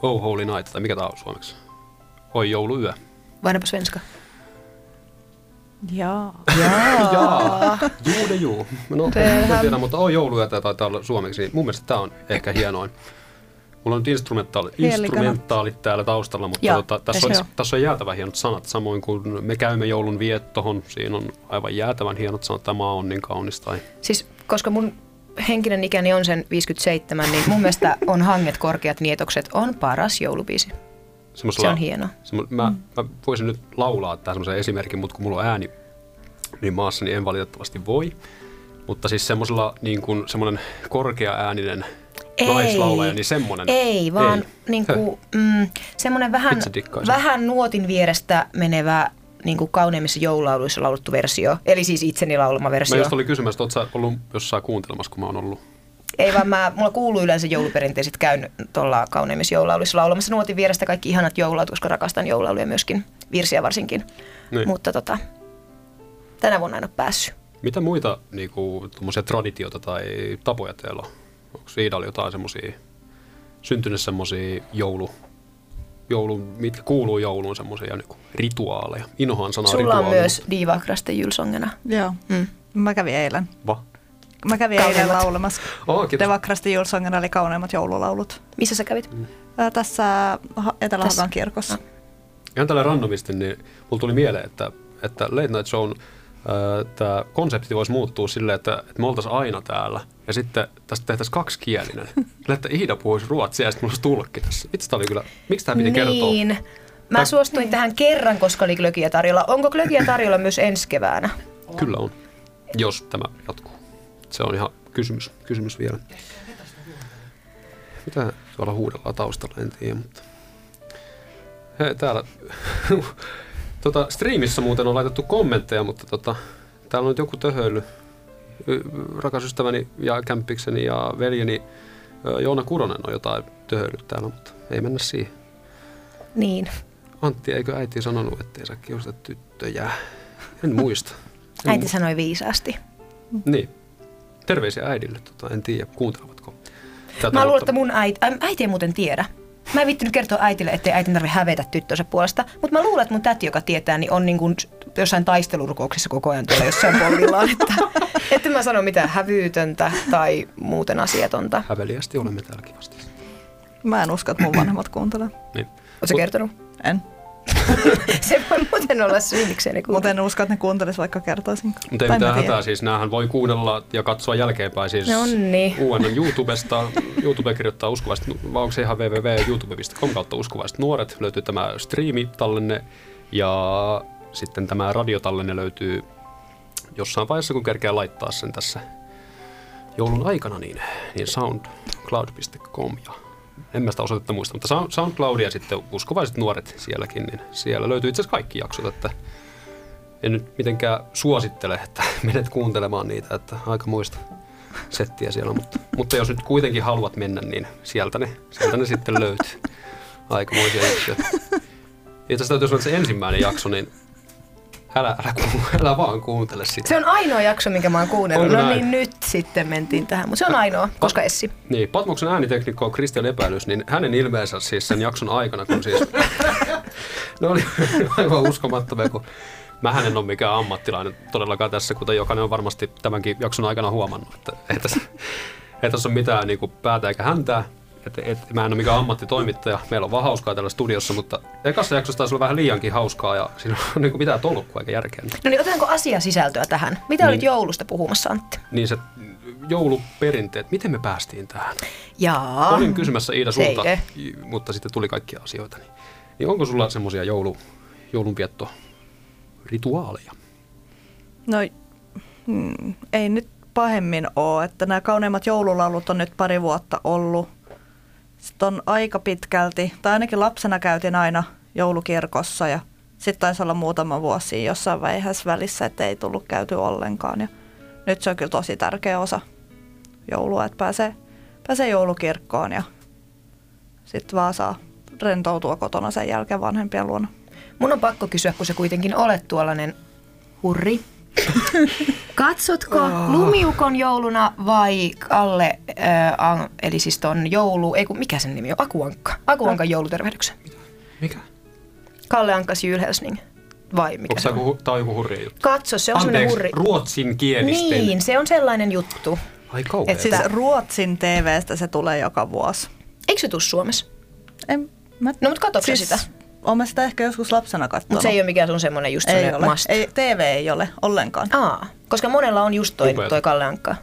[SPEAKER 2] oh Holy Night, tai mikä tämä on suomeksi? Oi jouluyö.
[SPEAKER 3] Vainapa Svenska.
[SPEAKER 4] Jaa.
[SPEAKER 2] Jaa, juu de juu. No, en
[SPEAKER 3] Tehdään.
[SPEAKER 2] tiedä, mutta oi jouluyö, tämä taitaa olla suomeksi. Niin mun mielestä tämä on ehkä hienoin. Mulla on nyt instrumentaali,
[SPEAKER 4] Hielikanat.
[SPEAKER 2] instrumentaalit täällä taustalla, mutta
[SPEAKER 3] Joo,
[SPEAKER 2] tota, tässä,
[SPEAKER 3] se
[SPEAKER 2] on,
[SPEAKER 3] on.
[SPEAKER 2] tässä on jäätävän hienot sanat, samoin kuin me käymme joulun viettohon. Siinä on aivan jäätävän hienot sanat, tämä on niin kaunis. Tai...
[SPEAKER 3] Siis koska mun henkinen ikäni on sen 57, niin mun mielestä on hanget korkeat nietokset on paras joulubiisi.
[SPEAKER 2] semmoisella-
[SPEAKER 3] Se on hieno. Mm.
[SPEAKER 2] semmo- Mä, mä voisin nyt laulaa tähän semmoisen esimerkin, mutta kun mulla on ääni niin maassa, niin en valitettavasti voi. Mutta siis semmoisella niin kuin semmoinen korkea-ääninen
[SPEAKER 3] Ei.
[SPEAKER 2] naislaulaja, niin semmoinen.
[SPEAKER 3] Ei, vaan
[SPEAKER 2] Ei.
[SPEAKER 3] niin
[SPEAKER 2] Höh.
[SPEAKER 3] kuin, mm, semmoinen vähän,
[SPEAKER 2] Itse dikkaisin.
[SPEAKER 3] vähän nuotin vierestä menevä niin kuin kauneimmissa joululauluissa laulettu versio. Eli siis itseni laulama
[SPEAKER 2] Mä
[SPEAKER 3] versio.
[SPEAKER 2] just olin kysymässä, että oot sä ollut jossain kuuntelemassa, kun mä oon ollut.
[SPEAKER 3] Ei vaan mä, mulla kuuluu yleensä jouluperinteiset käyn tuolla kauneimmissa joululauluissa laulamassa nuotin vierestä kaikki ihanat joululaulut, koska rakastan joululauluja myöskin, virsiä varsinkin.
[SPEAKER 2] Niin.
[SPEAKER 3] Mutta tota, tänä vuonna en ole päässyt.
[SPEAKER 2] Mitä muita niin kuin, traditioita tai tapoja teillä on? Onko Iidalla jotain semmoisia, syntynyt semmoisia joulu, joulu, mitkä kuuluu jouluun semmoisia niin rituaaleja? Inhoan sanaa
[SPEAKER 3] Sulla on
[SPEAKER 2] rituaali,
[SPEAKER 3] myös
[SPEAKER 2] mutta-
[SPEAKER 3] Diivakrasten julsongena.
[SPEAKER 4] Joo.
[SPEAKER 3] Mm.
[SPEAKER 4] Mä kävin eilen.
[SPEAKER 2] Va?
[SPEAKER 4] Mä kävin
[SPEAKER 3] Kauneimmat.
[SPEAKER 4] eilen laulamassa.
[SPEAKER 2] Oh, kiitos.
[SPEAKER 4] Devakrasti Julsongen eli kauneimmat joululaulut.
[SPEAKER 3] Missä sä kävit? Mm.
[SPEAKER 4] Ää, Tässä
[SPEAKER 3] Tässä.
[SPEAKER 4] Ha-
[SPEAKER 3] Ah.
[SPEAKER 4] Etelä-Hakan kirkossa.
[SPEAKER 2] Ihan tällä randomisti, niin mulla tuli mieleen, että, että Late Night Shown tämä konsepti voisi muuttua silleen, että, että me oltaisiin aina täällä ja sitten tästä tehtäisiin kaksikielinen. Sillä, että Iida puhuisi ruotsia ja sitten mulla olisi tulkki tässä. Itse tää oli kyllä, miksi tämä piti kertoa?
[SPEAKER 3] Niin. Mä
[SPEAKER 2] Tää-
[SPEAKER 3] suostuin tähän kerran, koska oli glögiä tarjolla. Onko glögiä tarjolla myös ensi keväänä?
[SPEAKER 2] Kyllä on, jos tämä jatkuu. Se on ihan kysymys, kysymys vielä. Mitä tuolla huudellaan taustalla, en tiedä, mutta... He, täällä... tota, striimissä muuten on laitettu kommentteja, mutta tota, täällä on nyt joku töhöily. Y- Rakas ystäväni ja kämppikseni ja veljeni ö, Joona Kuronen on jotain töhöillyt täällä, mutta ei mennä siihen.
[SPEAKER 3] Niin.
[SPEAKER 2] Antti, eikö äiti sanonut, ettei saa kiusata tyttöjä? En muista. En
[SPEAKER 3] Äiti sanoi viisaasti.
[SPEAKER 2] niin. Terveisiä äidille, tota, en tiedä kuuntelevatko. Tätä,
[SPEAKER 3] Mä luulen,
[SPEAKER 2] mutta-
[SPEAKER 3] että mun äiti, ai, äiti ei muuten tiedä. Mä en vittinyt kertoa äitille, ettei äitin tarvitse hävetä tyttönsä puolesta, mutta mä luulen, että mun täti, joka tietää, niin on niin kuin jossain taistelurukouksessa koko ajan tuolla jossain polvillaan, että, että mä sano mitään hävyytöntä tai muuten asiatonta.
[SPEAKER 2] Häveliästi olemme täällä kivasti.
[SPEAKER 4] Mä en usko, että mun vanhemmat kuuntelee.
[SPEAKER 2] Niin.
[SPEAKER 3] Oletko kertonut?
[SPEAKER 4] En.
[SPEAKER 3] Se voi muuten olla syykseni.
[SPEAKER 4] Mutta en usko, että ne kuuntelis, vaikka kertoisin.
[SPEAKER 2] Mutta ei
[SPEAKER 4] Tai mä
[SPEAKER 2] mitään
[SPEAKER 4] tiedän.
[SPEAKER 2] hätää, siis näähän voi kuunnella ja katsoa jälkeenpäin siis
[SPEAKER 3] No niin.
[SPEAKER 2] UNN YouTubesta. YouTube kirjoittaa uskuvaiset, nu- vai onko se ihan www.youtube.com kautta uskuvaiset nuoret. Löytyy tämä striimitallenne ja sitten tämä radiotallenne löytyy jossain vaiheessa, kun kerkeää laittaa sen tässä joulun aikana, niin, niin soundcloud.com ja en mä sitä osoitetta muista, mutta Sound- SoundCloud ja sitten uskovaiset nuoret sielläkin, niin siellä löytyy itse asiassa kaikki jaksot, että en nyt mitenkään suosittele, että menet kuuntelemaan niitä, että aika muista settiä siellä, mutta, mutta jos nyt kuitenkin haluat mennä, niin sieltä ne, sieltä ne sitten löytyy. Aikamoisia juttuja. Itse asiassa täytyy sanoa, että se ensimmäinen jakso, niin Älä, älä, kuun- älä vaan kuuntele sitä.
[SPEAKER 3] Se on ainoa jakso, minkä mä oon kuunnellut.
[SPEAKER 2] Onko
[SPEAKER 3] No
[SPEAKER 2] näin?
[SPEAKER 3] niin, nyt sitten mentiin tähän, mutta se on ainoa, koska Essi.
[SPEAKER 2] Niin, Patmoksen ääniteknikko on Kristian Epäilys, niin hänen ilmeensä siis sen jakson aikana, kun siis... ne oli aivan uskomattomia, kun mä en ole mikään ammattilainen todellakaan tässä, kuten jokainen on varmasti tämänkin jakson aikana huomannut, että ei tässä, ei tässä ole mitään niin kuin päätä eikä häntää. Et, et, mä en ole mikään ammattitoimittaja, meillä on vaan hauskaa täällä studiossa, mutta ekassa jaksossa taisi olla vähän liiankin hauskaa ja siinä on niin kuin mitään tolkkua eikä järkeä.
[SPEAKER 3] No niin, otetaanko asia sisältöä tähän? Mitä olit
[SPEAKER 2] Niin.
[SPEAKER 3] joulusta puhumassa, Antti?
[SPEAKER 2] Niin se jouluperinteet, miten me päästiin tähän?
[SPEAKER 3] Jaa.
[SPEAKER 2] Olin kysymässä Iida sulta,
[SPEAKER 3] Teille.
[SPEAKER 2] i- mutta sitten tuli kaikkia asioita. Niin, niin onko sulla semmoisia joulu, joulunviettorituaaleja?
[SPEAKER 4] No mm, ei nyt pahemmin ole, että nämä kauneimmat joululaulut on nyt pari vuotta ollut. Sitten on aika pitkälti, tai ainakin lapsena käytin aina joulukirkossa ja sitten taisi olla muutama vuosi siinä jossain vaiheessa välissä, että ei tullut käyty ollenkaan. Ja nyt se on kyllä tosi tärkeä osa joulua, että pääsee, pääsee joulukirkkoon ja sitten vaan saa rentoutua kotona sen jälkeen vanhempien luona.
[SPEAKER 3] Mun on pakko kysyä, kun sä kuitenkin olet tuollainen hurri. Katsotko oh. Lumiukon jouluna vai Kalle, äh, an, eli siis ton joulu, ei kun mikä sen nimi on, Akuankka. Akuankan no. joulutervehdyksen.
[SPEAKER 2] Mikä?
[SPEAKER 3] Kalle Ankas Jylhelsning, vai mikä
[SPEAKER 2] Onko
[SPEAKER 3] se
[SPEAKER 2] tämä
[SPEAKER 3] on?
[SPEAKER 2] joku, tää on joku hurja juttu?
[SPEAKER 3] Katso, se on semmoinen
[SPEAKER 2] Anteeksi,
[SPEAKER 3] hurri.
[SPEAKER 2] ruotsinkielisten.
[SPEAKER 3] Niin, se on sellainen juttu.
[SPEAKER 2] Ai kauheeta.
[SPEAKER 3] Et
[SPEAKER 4] Siis
[SPEAKER 3] Tää.
[SPEAKER 4] Ruotsin TVstä se tulee joka vuosi.
[SPEAKER 3] Eikö se tuu Suomessa?
[SPEAKER 4] En, mä...
[SPEAKER 3] No, mut katsotko sä sitä?
[SPEAKER 4] Olen mä sitä ehkä joskus lapsena katsonut.
[SPEAKER 3] Mutta se ei ole mikään sun semmoinen just
[SPEAKER 4] ei
[SPEAKER 3] semmoinen
[SPEAKER 4] ole.
[SPEAKER 3] must. Ah.
[SPEAKER 4] Ei, TV ei ole ollenkaan.
[SPEAKER 3] Aa, koska monella on just toi,
[SPEAKER 2] Upeata.
[SPEAKER 3] toi Kalle Ankka.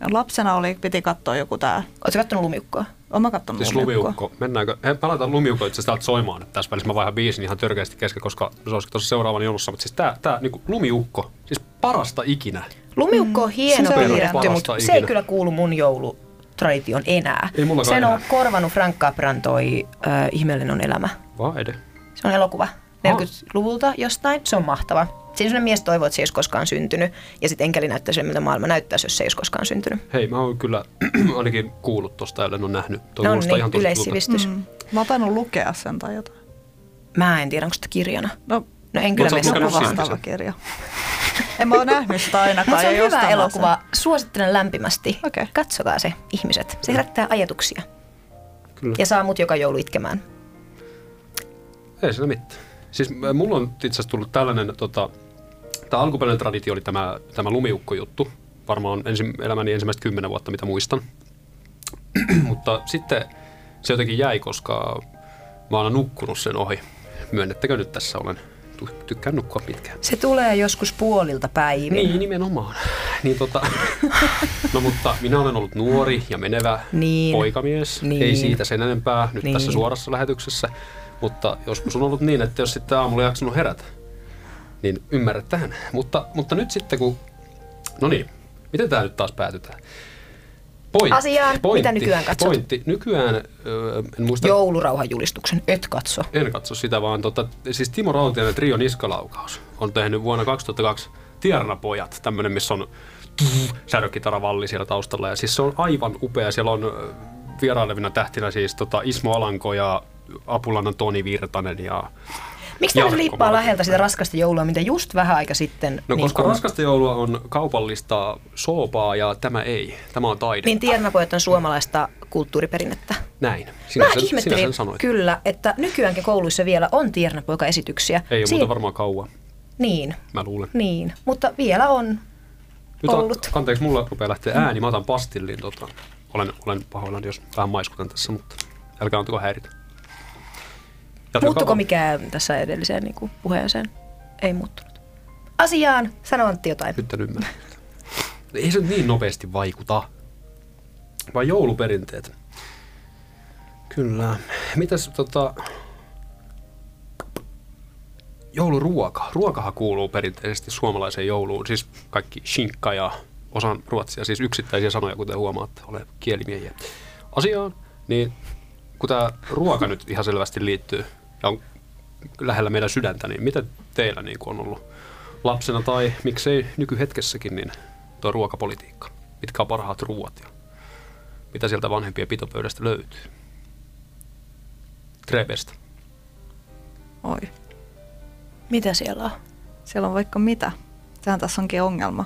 [SPEAKER 4] Ja Lapsena oli, piti katsoa joku tää.
[SPEAKER 3] Oletko kattonut Lumiukkoa?
[SPEAKER 4] Oon mä kattonut
[SPEAKER 2] Siis
[SPEAKER 4] Lumiukkoa.
[SPEAKER 2] lumiukko. Mennäänkö? He, palataan lumiukko itse asiassa täältä soimaan nyt tässä välissä. Mä vaihan biisin ihan törkeästi kesken, koska se olisi tuossa seuraavan joulussa. Mutta siis tää, tää niinku lumiukko, siis parasta ikinä.
[SPEAKER 3] Lumiukko on hieno
[SPEAKER 4] Se on
[SPEAKER 3] piirretty,
[SPEAKER 2] parasta
[SPEAKER 3] mutta Mm. se
[SPEAKER 2] ikinä.
[SPEAKER 3] ei kyllä kuulu mun joulutradition enää.
[SPEAKER 2] Ei mullakaan
[SPEAKER 3] Sen on
[SPEAKER 2] enää.
[SPEAKER 3] korvanut Frank Capran toi äh, Ihmeellinen on elämä.
[SPEAKER 2] Vaide.
[SPEAKER 3] Se on elokuva 40-luvulta jostain. Se on mahtava. Siinä sellainen mies toivoo, että se ei olisi koskaan syntynyt. Ja sitten enkeli näyttää sen, miltä maailma näyttäisi, jos se ei olisi koskaan syntynyt.
[SPEAKER 2] Hei, mä oon kyllä ainakin kuullut tosta, ellen ole nähnyt. Toi
[SPEAKER 3] No
[SPEAKER 2] kuulostaa
[SPEAKER 3] niin,
[SPEAKER 2] ihan tosi tuota. tutulta.
[SPEAKER 3] yleissivistys. Mm.
[SPEAKER 4] Mm. Mä oon tainnut lukea sen tai jotain.
[SPEAKER 3] Mä en tiedä, onko sitä kirjana.
[SPEAKER 4] No,
[SPEAKER 3] No en kyllä
[SPEAKER 2] sä
[SPEAKER 3] mene
[SPEAKER 2] oot
[SPEAKER 3] sen
[SPEAKER 2] lukenut
[SPEAKER 4] joku
[SPEAKER 2] siitä
[SPEAKER 3] kuvaan.
[SPEAKER 2] sen?
[SPEAKER 4] vastaava kirja. en mä oo nähnyt sitä ainakaan.
[SPEAKER 3] Mutta se on hyvä
[SPEAKER 4] ja jostain mä oon sen-
[SPEAKER 3] elokuva. Suosittelen lämpimästi.
[SPEAKER 4] Okei.
[SPEAKER 3] Katsokaa se, ihmiset. Se herättää ajatuksia.
[SPEAKER 2] Kyllä.
[SPEAKER 3] Ja saa mut joka joulu itkemään.
[SPEAKER 2] Ei siinä mitään. Siis m- mulla on itse asiassa tullut tällainen, tota, tämä alkuperäinen traditio oli tämä, tämä lumiukko-juttu. Varmaan ensi, elämäni ensimmäiset kymmenen vuotta, mitä muistan. Mutta sitten se jotenkin jäi, koska mä oon aina nukkunut sen ohi. Myönnettekö nyt tässä olen? Ty- Tykkään nukkua pitkään.
[SPEAKER 3] Se tulee joskus puolilta päivin.
[SPEAKER 2] Niin, nimenomaan. Niin, tota, no mutta minä olen ollut nuori ja menevä
[SPEAKER 3] Niin.
[SPEAKER 2] poikamies.
[SPEAKER 3] Niin.
[SPEAKER 2] Ei siitä sen enempää nyt
[SPEAKER 3] Niin.
[SPEAKER 2] tässä suorassa lähetyksessä. Mutta joskus on ollut niin, että jos sitten aamulla ei jaksanut herätä, niin ymmärretään. Mutta, mutta nyt sitten kun... No niin, miten tämä nyt taas päätytään? Point,
[SPEAKER 3] Asiaan. Mitä nykyään katsot?
[SPEAKER 2] Pointti. Nykyään, öö, en muista
[SPEAKER 3] Joulurauhan julistuksen. Et katso.
[SPEAKER 2] en katso sitä, vaan tota, siis Timo Rautiainen Trio Niskalaukaus on tehnyt vuonna 2002 Tiernapojat, tämmönen, missä on tuff, sädökitaravalli siellä taustalla. Ja siis se on aivan upea. Siellä on ö, vierailevina tähtinä siis tota Ismo Alanko ja Apulana Toni Virtanen ja...
[SPEAKER 3] Miksi tämä
[SPEAKER 2] Jarkko
[SPEAKER 3] liippaa
[SPEAKER 2] Martin.
[SPEAKER 3] läheltä sitä raskasta joulua, mitä just vähän aika sitten... niin
[SPEAKER 2] No koska
[SPEAKER 3] kun-
[SPEAKER 2] raskasta joulua on kaupallista soopaa ja tämä ei. Tämä on taide.
[SPEAKER 3] Niin tiedänapojat on suomalaista kulttuuriperinnettä.
[SPEAKER 2] Näin.
[SPEAKER 3] Sinä
[SPEAKER 2] Sinä
[SPEAKER 3] Mä
[SPEAKER 2] sen, sinä
[SPEAKER 3] ihmettelin
[SPEAKER 2] sen sanoit.
[SPEAKER 3] kyllä, että nykyäänkin kouluissa vielä on tiernäpoika-esityksiä.
[SPEAKER 2] Ei ole
[SPEAKER 3] Siin-
[SPEAKER 2] muuta varmaan kauan,
[SPEAKER 3] Niin,
[SPEAKER 2] mä luulen.
[SPEAKER 3] niin. Mutta vielä on.
[SPEAKER 2] Nyt al-
[SPEAKER 3] ollut.
[SPEAKER 2] anteeksi, mulla rupeaa lähteä ääni. Mä otan pastillin. Tota. Olen, olen pahoillani, jos vähän maiskutan tässä, mutta älkää antuko häiritä. Jatkakaa
[SPEAKER 3] Muuttuko
[SPEAKER 2] vaan.
[SPEAKER 3] mikään tässä edelliseen niin kuin puheeseen? Ei muuttunut. Asiaan, sano Antti jotain.
[SPEAKER 2] Nyt en ymmärrä. Ei se nyt niin nopeasti vaikuta. Vai jouluperinteet. Kyllä. Mitäs tota... Jouluruoka. Ruokahan kuuluu perinteisesti suomalaiseen jouluun. Siis kaikki shinkka ja osan ruotsia. Siis yksittäisiä sanoja, kuten huomaatte. Olen kielimiehiä. Asiaan, niin kun tämä ruoka nyt ihan selvästi liittyy ja on lähellä meidän sydäntä, niin mitä teillä niin on ollut lapsena tai miksei nykyhetkessäkin niin tuo ruokapolitiikka? Mitkä on parhaat ruuat ja mitä sieltä vanhempien pitopöydästä löytyy? Trebestä.
[SPEAKER 4] Oi.
[SPEAKER 3] Mitä siellä on?
[SPEAKER 4] Siellä on vaikka mitä. Sehän tässä onkin ongelma.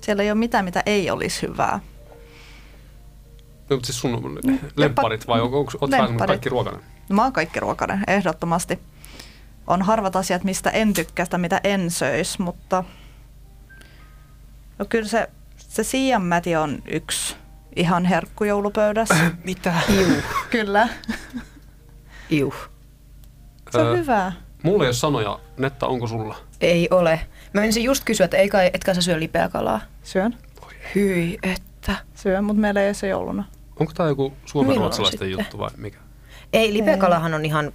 [SPEAKER 4] Siellä ei ole mitään, mitä ei olisi hyvää.
[SPEAKER 2] No, mutta siis sun
[SPEAKER 3] Niin.
[SPEAKER 2] lempparit vai onko, onko, oot
[SPEAKER 4] Lempparit.
[SPEAKER 2] sä kaikki ruokainen?
[SPEAKER 4] No mä oon kaikki ruokainen, ehdottomasti. On harvat asiat, mistä en tykkää sitä, mitä en söis, mutta no kyllä se, se siianmäti on yksi ihan herkku joulupöydässä.
[SPEAKER 2] Mitä?
[SPEAKER 4] kyllä,
[SPEAKER 3] Juh.
[SPEAKER 4] se on
[SPEAKER 2] Ö,
[SPEAKER 4] hyvää.
[SPEAKER 2] Mulla ei ole sanoja, Netta, onko sulla?
[SPEAKER 3] Ei ole. Mä menisin just kysyä, että ei kai, etkä sä syö lipeä kalaa.
[SPEAKER 4] Syön,
[SPEAKER 3] Hyi, että.
[SPEAKER 4] syön, mutta meillä ei ole se jouluna.
[SPEAKER 2] Onko tämä joku suomenruotsalaisten
[SPEAKER 3] sitten?
[SPEAKER 2] juttu vai mikä?
[SPEAKER 3] Ei, lipeäkalahan on ihan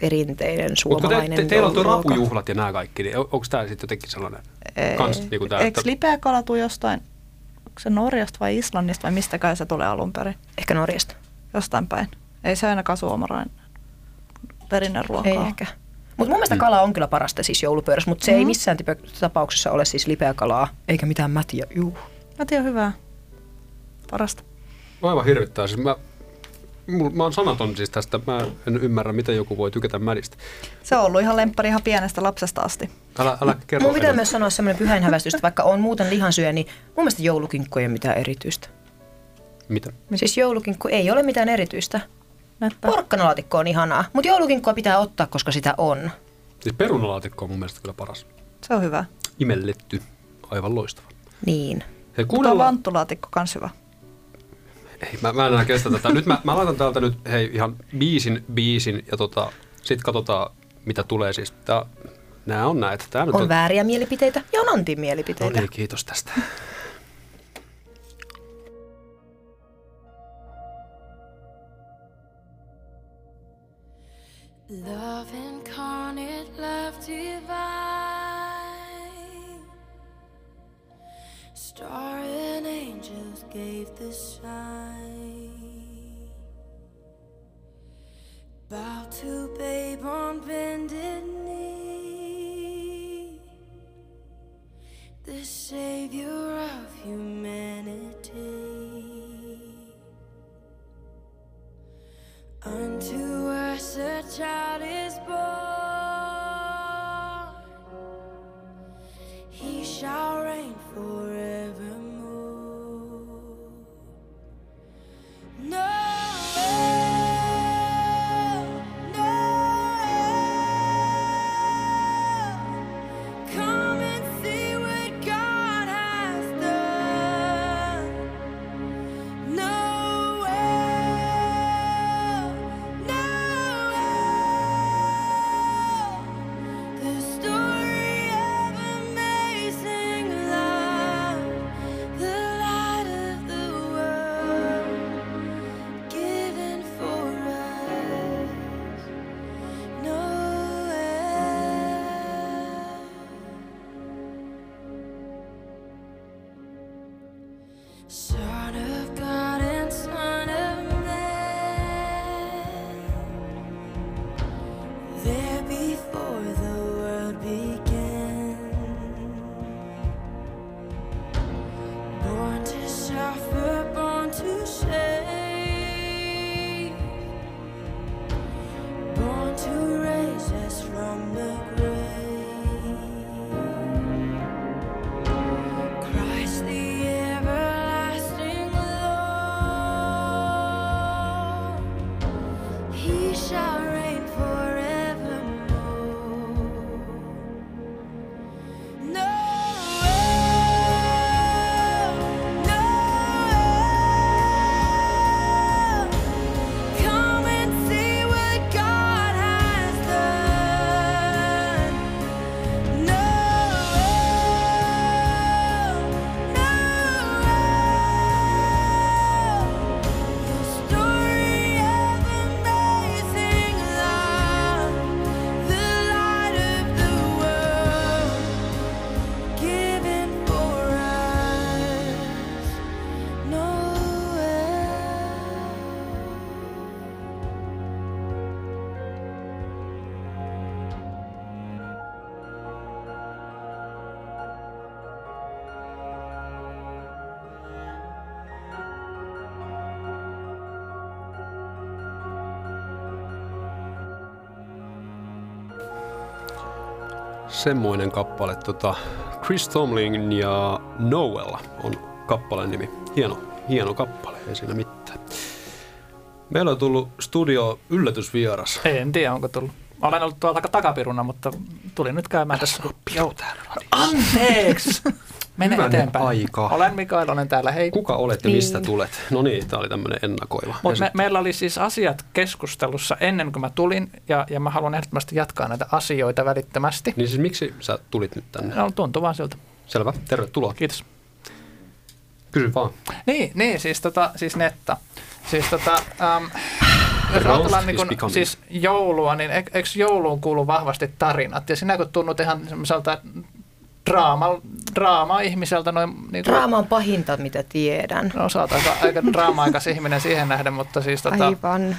[SPEAKER 3] perinteinen
[SPEAKER 2] Mutta te,
[SPEAKER 3] suomalainen
[SPEAKER 2] te, teillä on tuo
[SPEAKER 3] jouluruoka.
[SPEAKER 2] rapujuhlat ja nämä kaikki, niin on- onko tämä sitten jotenkin sellainen
[SPEAKER 4] Ei.
[SPEAKER 2] kans niinku tää,
[SPEAKER 4] Eikö
[SPEAKER 2] että-
[SPEAKER 4] lipeä kala tuu jostain, onko se Norjasta vai Islannista vai mistä kai se tulee alun perin?
[SPEAKER 3] Ehkä Norjasta.
[SPEAKER 4] Jostain päin. Ei se ainakaan suomalainen perinneruokaa.
[SPEAKER 3] Ei ehkä. Mutta mun
[SPEAKER 2] Niin.
[SPEAKER 3] mielestä kala on kyllä parasta siis joulupöydässä, mutta se mm. ei missään tipa- tapauksessa ole siis lipeä kalaa. Eikä mitään mätiä. Juu.
[SPEAKER 4] Mä tiedän hyvää. Parasta.
[SPEAKER 2] Mä aivan hirvittää. Siis mä, mul, mä oon sanaton siis tästä. Mä en ymmärrä, miten joku voi tykätä mädistä.
[SPEAKER 4] Se on ollut ihan lemppari ihan pienestä lapsesta asti.
[SPEAKER 2] Älä, älä kerro.
[SPEAKER 3] Mun pitää
[SPEAKER 2] enemmän.
[SPEAKER 3] myös sanoa semmoinen pyhäinhävästys, että vaikka on muuten lihansyöjä, niin mun mielestä joulukinkku ei ole mitään erityistä.
[SPEAKER 2] Mitä?
[SPEAKER 3] Siis joulukinkku ei ole mitään erityistä.
[SPEAKER 4] Näppä.
[SPEAKER 3] Porkkanalaatikko on ihanaa, mutta joulukinkkua pitää ottaa, koska sitä on.
[SPEAKER 2] Siis perunalaatikko on mun mielestä kyllä paras.
[SPEAKER 4] Se on hyvä.
[SPEAKER 2] Imelletty. Aivan loistava.
[SPEAKER 3] Niin.
[SPEAKER 2] Hei,
[SPEAKER 4] Mutta on
[SPEAKER 2] kuunnellaan.
[SPEAKER 4] vanttulaatikko kans hyvä.
[SPEAKER 2] Hei, mä, mä en enää kestä tätä. Nyt mä, mä laitan täältä nyt hei, ihan biisin biisin ja tota, sit katsotaan, mitä tulee. Siis tää, nää on näitä. Tää nyt
[SPEAKER 3] On
[SPEAKER 2] on
[SPEAKER 3] vääriä mielipiteitä ja on antin
[SPEAKER 2] No
[SPEAKER 3] mielipiteitä.
[SPEAKER 2] niin, kiitos tästä.
[SPEAKER 5] Love incarnate, love divine. Star and angels gave the sign. Bow to babe on bended knee. The savior of humanity. Unto us a child is born. He shall reign forevermore. No, no. Come and see what God has done.
[SPEAKER 2] semmoinen kappale. Tota, Chris Tomlin ja Noel on kappaleen nimi. Hieno, hieno kappale, ei siinä mitään. Meillä on tullut studio yllätysvieras.
[SPEAKER 6] En tiedä, onko tullut. Olen ollut tuolla taka- takapiruna, mutta tulin nyt käymään tässä.
[SPEAKER 2] Joo, täällä
[SPEAKER 6] Anteeksi! Mene
[SPEAKER 2] Hyvänen
[SPEAKER 6] eteenpäin.
[SPEAKER 2] aika.
[SPEAKER 6] Olen Mikael, olen täällä, hei.
[SPEAKER 2] Kuka olet ja mistä tulet? No niin, tää oli tämmönen ennakoiva.
[SPEAKER 6] Mut me, meillä oli siis asiat keskustelussa ennen kuin mä tulin, ja, ja mä haluan ehdottomasti jatkaa näitä asioita välittömästi.
[SPEAKER 2] Niin siis miksi sä tulit nyt tänne?
[SPEAKER 6] No, tuntuu vaan siltä.
[SPEAKER 2] Selvä, tervetuloa.
[SPEAKER 6] Kiitos.
[SPEAKER 2] Kysy vaan.
[SPEAKER 6] Niin, niin siis, tota, siis netta. Siis, tota, um, jos
[SPEAKER 2] Roast
[SPEAKER 6] ajatellaan
[SPEAKER 2] is
[SPEAKER 6] niin kun,
[SPEAKER 2] becoming.
[SPEAKER 6] siis joulua, niin eik- eikö jouluun kuulu vahvasti tarinat? Ja sinä kun tunnut ihan semmoiselta draama, draama-ihmiseltä, noin, niin kun,
[SPEAKER 3] Draama on pahinta, mitä tiedän.
[SPEAKER 6] no, sä oot aika, aika draama-aikas ihminen siihen nähden, mutta siis tota,
[SPEAKER 3] Aivan.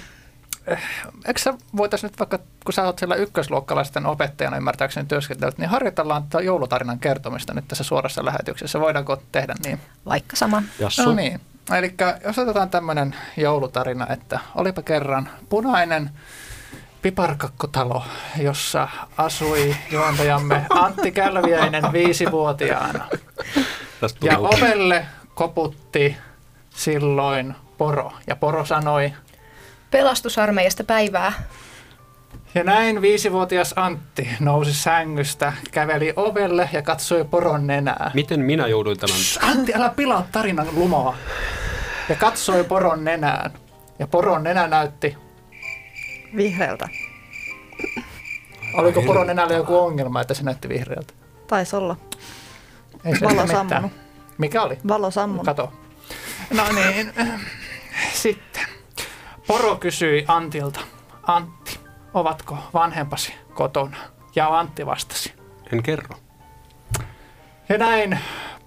[SPEAKER 6] eikö sä voitais nyt vaikka, kun sä oot siellä ykkösluokkalaisten opettajana ymmärtääkseni työskentelyt, niin harjoitellaan tätä joulutarinan kertomista nyt tässä suorassa lähetyksessä. Voidaanko tehdä niin?
[SPEAKER 3] Vaikka sama.
[SPEAKER 2] Jassu.
[SPEAKER 6] No niin. Eli jos otetaan tämmöinen joulutarina, että olipa kerran punainen piparkakkotalo, jossa asui juontajamme Antti Kälviäinen viisivuotiaana.
[SPEAKER 2] Tästä tuli
[SPEAKER 6] Ja
[SPEAKER 2] uutinen.
[SPEAKER 6] ovelle koputti silloin poro. Ja poro sanoi,
[SPEAKER 3] Pelastusarmeijasta päivää.
[SPEAKER 6] ja näin viisivuotias Antti nousi sängystä, käveli ovelle ja katsoi poron nenää.
[SPEAKER 2] Miten minä jouduin tämän?
[SPEAKER 6] Antti, älä pilaa tarinan lumoa. Ja katsoi poron nenään. Ja poron nenä näytti
[SPEAKER 4] Vihreältä.
[SPEAKER 6] Oliko poron nenällä joku ongelma, että se näytti vihreältä?
[SPEAKER 4] Taisi olla.
[SPEAKER 6] Ei se
[SPEAKER 4] Valo
[SPEAKER 6] ole mitään.
[SPEAKER 4] sammunut.
[SPEAKER 6] Mikä oli?
[SPEAKER 4] Valo sammunut.
[SPEAKER 6] Kato. No niin. Sitten. Poro kysyi Antilta. Antti, ovatko vanhempasi kotona? Ja Antti vastasi.
[SPEAKER 2] En kerro.
[SPEAKER 6] Ja näin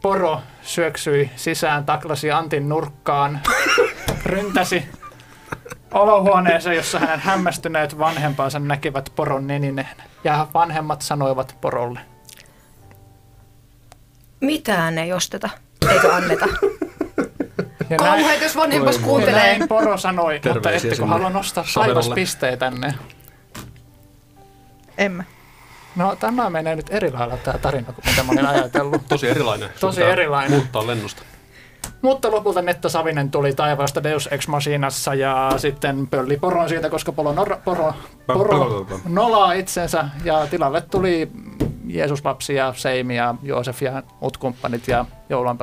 [SPEAKER 6] poro syöksyi sisään, taklasi Antin nurkkaan, ryntäsi olohuoneeseen, jossa hänen hämmästyneet vanhempansa näkivät poron nenineen. Ja vanhemmat sanoivat porolle.
[SPEAKER 3] Mitään ei osteta, eikä anneta.
[SPEAKER 6] Ja näin-
[SPEAKER 3] Kauheet, jos vanhempas kuuntelee.
[SPEAKER 6] Näin Poro sanoi, mutta
[SPEAKER 2] Terveisiä
[SPEAKER 6] ettekö
[SPEAKER 2] sinne
[SPEAKER 6] halua nostaa
[SPEAKER 2] Saverolle.
[SPEAKER 6] taivaspistejä tänne?
[SPEAKER 4] Emme.
[SPEAKER 6] No tämä menee nyt eri lailla tämä tarina kuin mitä mä olin ajatellut.
[SPEAKER 2] Tosi erilainen. Sun
[SPEAKER 6] Tosi
[SPEAKER 2] pitää
[SPEAKER 6] erilainen.
[SPEAKER 2] Muuttaa lennosta.
[SPEAKER 6] Mutta lopulta Netta Savinen tuli taivaasta Deus Ex Machinassa ja sitten pölli poron siitä, koska poro, nor- poro, poro nolaa itsensä ja tilalle tuli Jeesus lapsi ja Seimi ja Joosef ja muut kumppanit ja joulun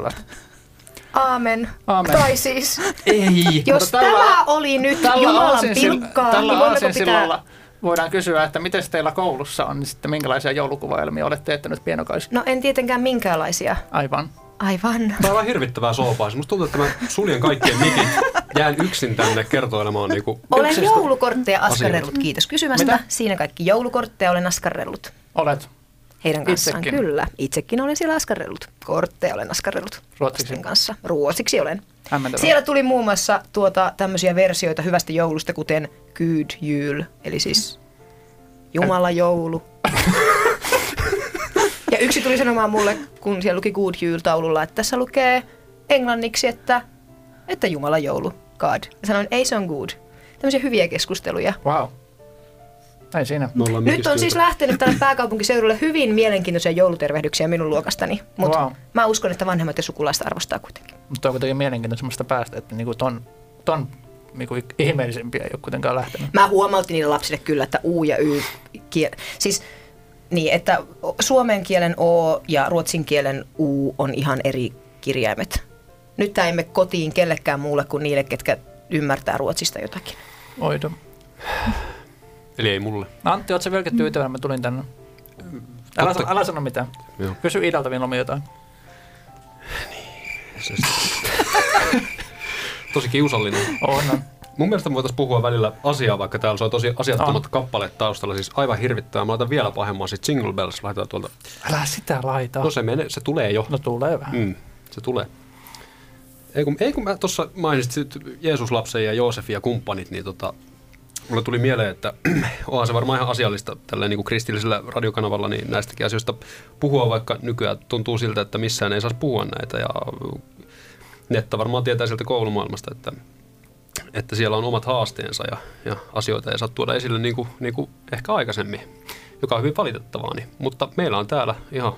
[SPEAKER 3] Aamen.
[SPEAKER 6] Aamen.
[SPEAKER 3] Tai siis,
[SPEAKER 2] Ei.
[SPEAKER 3] jos
[SPEAKER 6] Mutta tällä-
[SPEAKER 3] tämä oli nyt Jumalan pilkkaa,
[SPEAKER 6] tällä
[SPEAKER 3] niin voimmeko pitää...
[SPEAKER 6] aasinsillalla voidaan kysyä, että miten teillä koulussa on, niin sitten minkälaisia joulukuvaelmia olette teettänyt pienokais?
[SPEAKER 3] No en tietenkään minkäänlaisia.
[SPEAKER 6] Aivan.
[SPEAKER 3] Aivan.
[SPEAKER 2] Tää on ihan hirvittävää soopaa. Siis Musta tuntuu, että mä suljen kaikkien mikit. Jään yksin tänne kertoilemaan niinku...
[SPEAKER 3] Olen
[SPEAKER 6] Yksestä.
[SPEAKER 3] joulukortteja askarrellut,
[SPEAKER 2] Asioita.
[SPEAKER 3] kiitos kysymästä.
[SPEAKER 6] Mitä?
[SPEAKER 3] Siinä kaikki joulukortteja olen askarrellut.
[SPEAKER 6] Olet
[SPEAKER 3] Heidän kanssaan
[SPEAKER 6] Itsekin.
[SPEAKER 3] kyllä. Itsekin olen siellä askarrellut. Kortteja olen askarrellut
[SPEAKER 6] Ruotsiksi.
[SPEAKER 3] lasten kanssa. Ruotsiksi olen.
[SPEAKER 6] Hämmentävää.
[SPEAKER 3] Siellä tuli muun muassa tuota, tämmöisiä versioita hyvästä joulusta, kuten Kyyd Jyl, eli siis
[SPEAKER 6] Mm.
[SPEAKER 3] Jumala joulu. ja yksi tuli sanomaan mulle, kun siellä luki Good Jyl taululla, että tässä lukee englanniksi, että, että Jumala joulu, God. Ja sanoin, ei se on good. Tämmöisiä hyviä keskusteluja.
[SPEAKER 6] Wow. Ei siinä.
[SPEAKER 2] Me ollaan
[SPEAKER 3] Nyt on
[SPEAKER 2] mikistyneitä.
[SPEAKER 3] siis lähtenyt tänne pääkaupunkiseudulle hyvin mielenkiintoisia joulutervehdyksiä minun luokastani, mutta
[SPEAKER 6] Wow.
[SPEAKER 3] wow. mä uskon, että vanhemmat ja sukulaiset arvostaa kuitenkin.
[SPEAKER 6] Mutta onko tekin mielenkiintoista semmoista päästä, että niinku ton, ton niinku ihmeellisempiä ei ole kuitenkaan lähtenyt.
[SPEAKER 3] Mä huomautin niille lapsille kyllä, että U ja Y kiel... Siis niin, että suomen kielen O ja ruotsin kielen U on ihan eri kirjaimet. Nyt tämä emme kotiin kellekään muulle kuin niille, ketkä ymmärtää ruotsista jotakin.
[SPEAKER 6] Oido.
[SPEAKER 2] Eli ei mulle.
[SPEAKER 6] Antti, ootko sä vieläkin tyytyväinen, mä tulin tänne?
[SPEAKER 2] Totta-
[SPEAKER 6] Älä, sano- älä sano mitään.
[SPEAKER 2] Joo.
[SPEAKER 6] Kysy Idalta vielä jotain.
[SPEAKER 2] Tosi kiusallinen.
[SPEAKER 6] On, on.
[SPEAKER 2] Mun mielestä me voitaisiin puhua välillä asiaa, vaikka täällä soi tosi asiattomat
[SPEAKER 6] On.
[SPEAKER 2] kappaleet taustalla. Siis aivan hirvittävää. Mä laitan vielä pahemman sit Jingle Bells. Laitetaan tuolta.
[SPEAKER 6] Älä sitä laita.
[SPEAKER 2] No se, menee, se tulee jo.
[SPEAKER 6] No tulee vähän.
[SPEAKER 2] Mm, se tulee. Ei kun, ei kun mä tuossa mainitsit Jeesuslapsen ja Joosefin ja kumppanit, niin tota, mulle tuli mieleen, että onhan se varmaan ihan asiallista tällä niin kuin kristillisellä radiokanavalla niin näistäkin asioista puhua, vaikka nykyään tuntuu siltä, että missään ei saisi puhua näitä. Ja netta varmaan tietää sieltä koulumaailmasta, että, että siellä on omat haasteensa ja, ja asioita ei saa tuoda esille niin kuin, niin kuin ehkä niinku, aikaisemmin. joka on hyvin valitettavaa, niin, mutta meillä on täällä ihan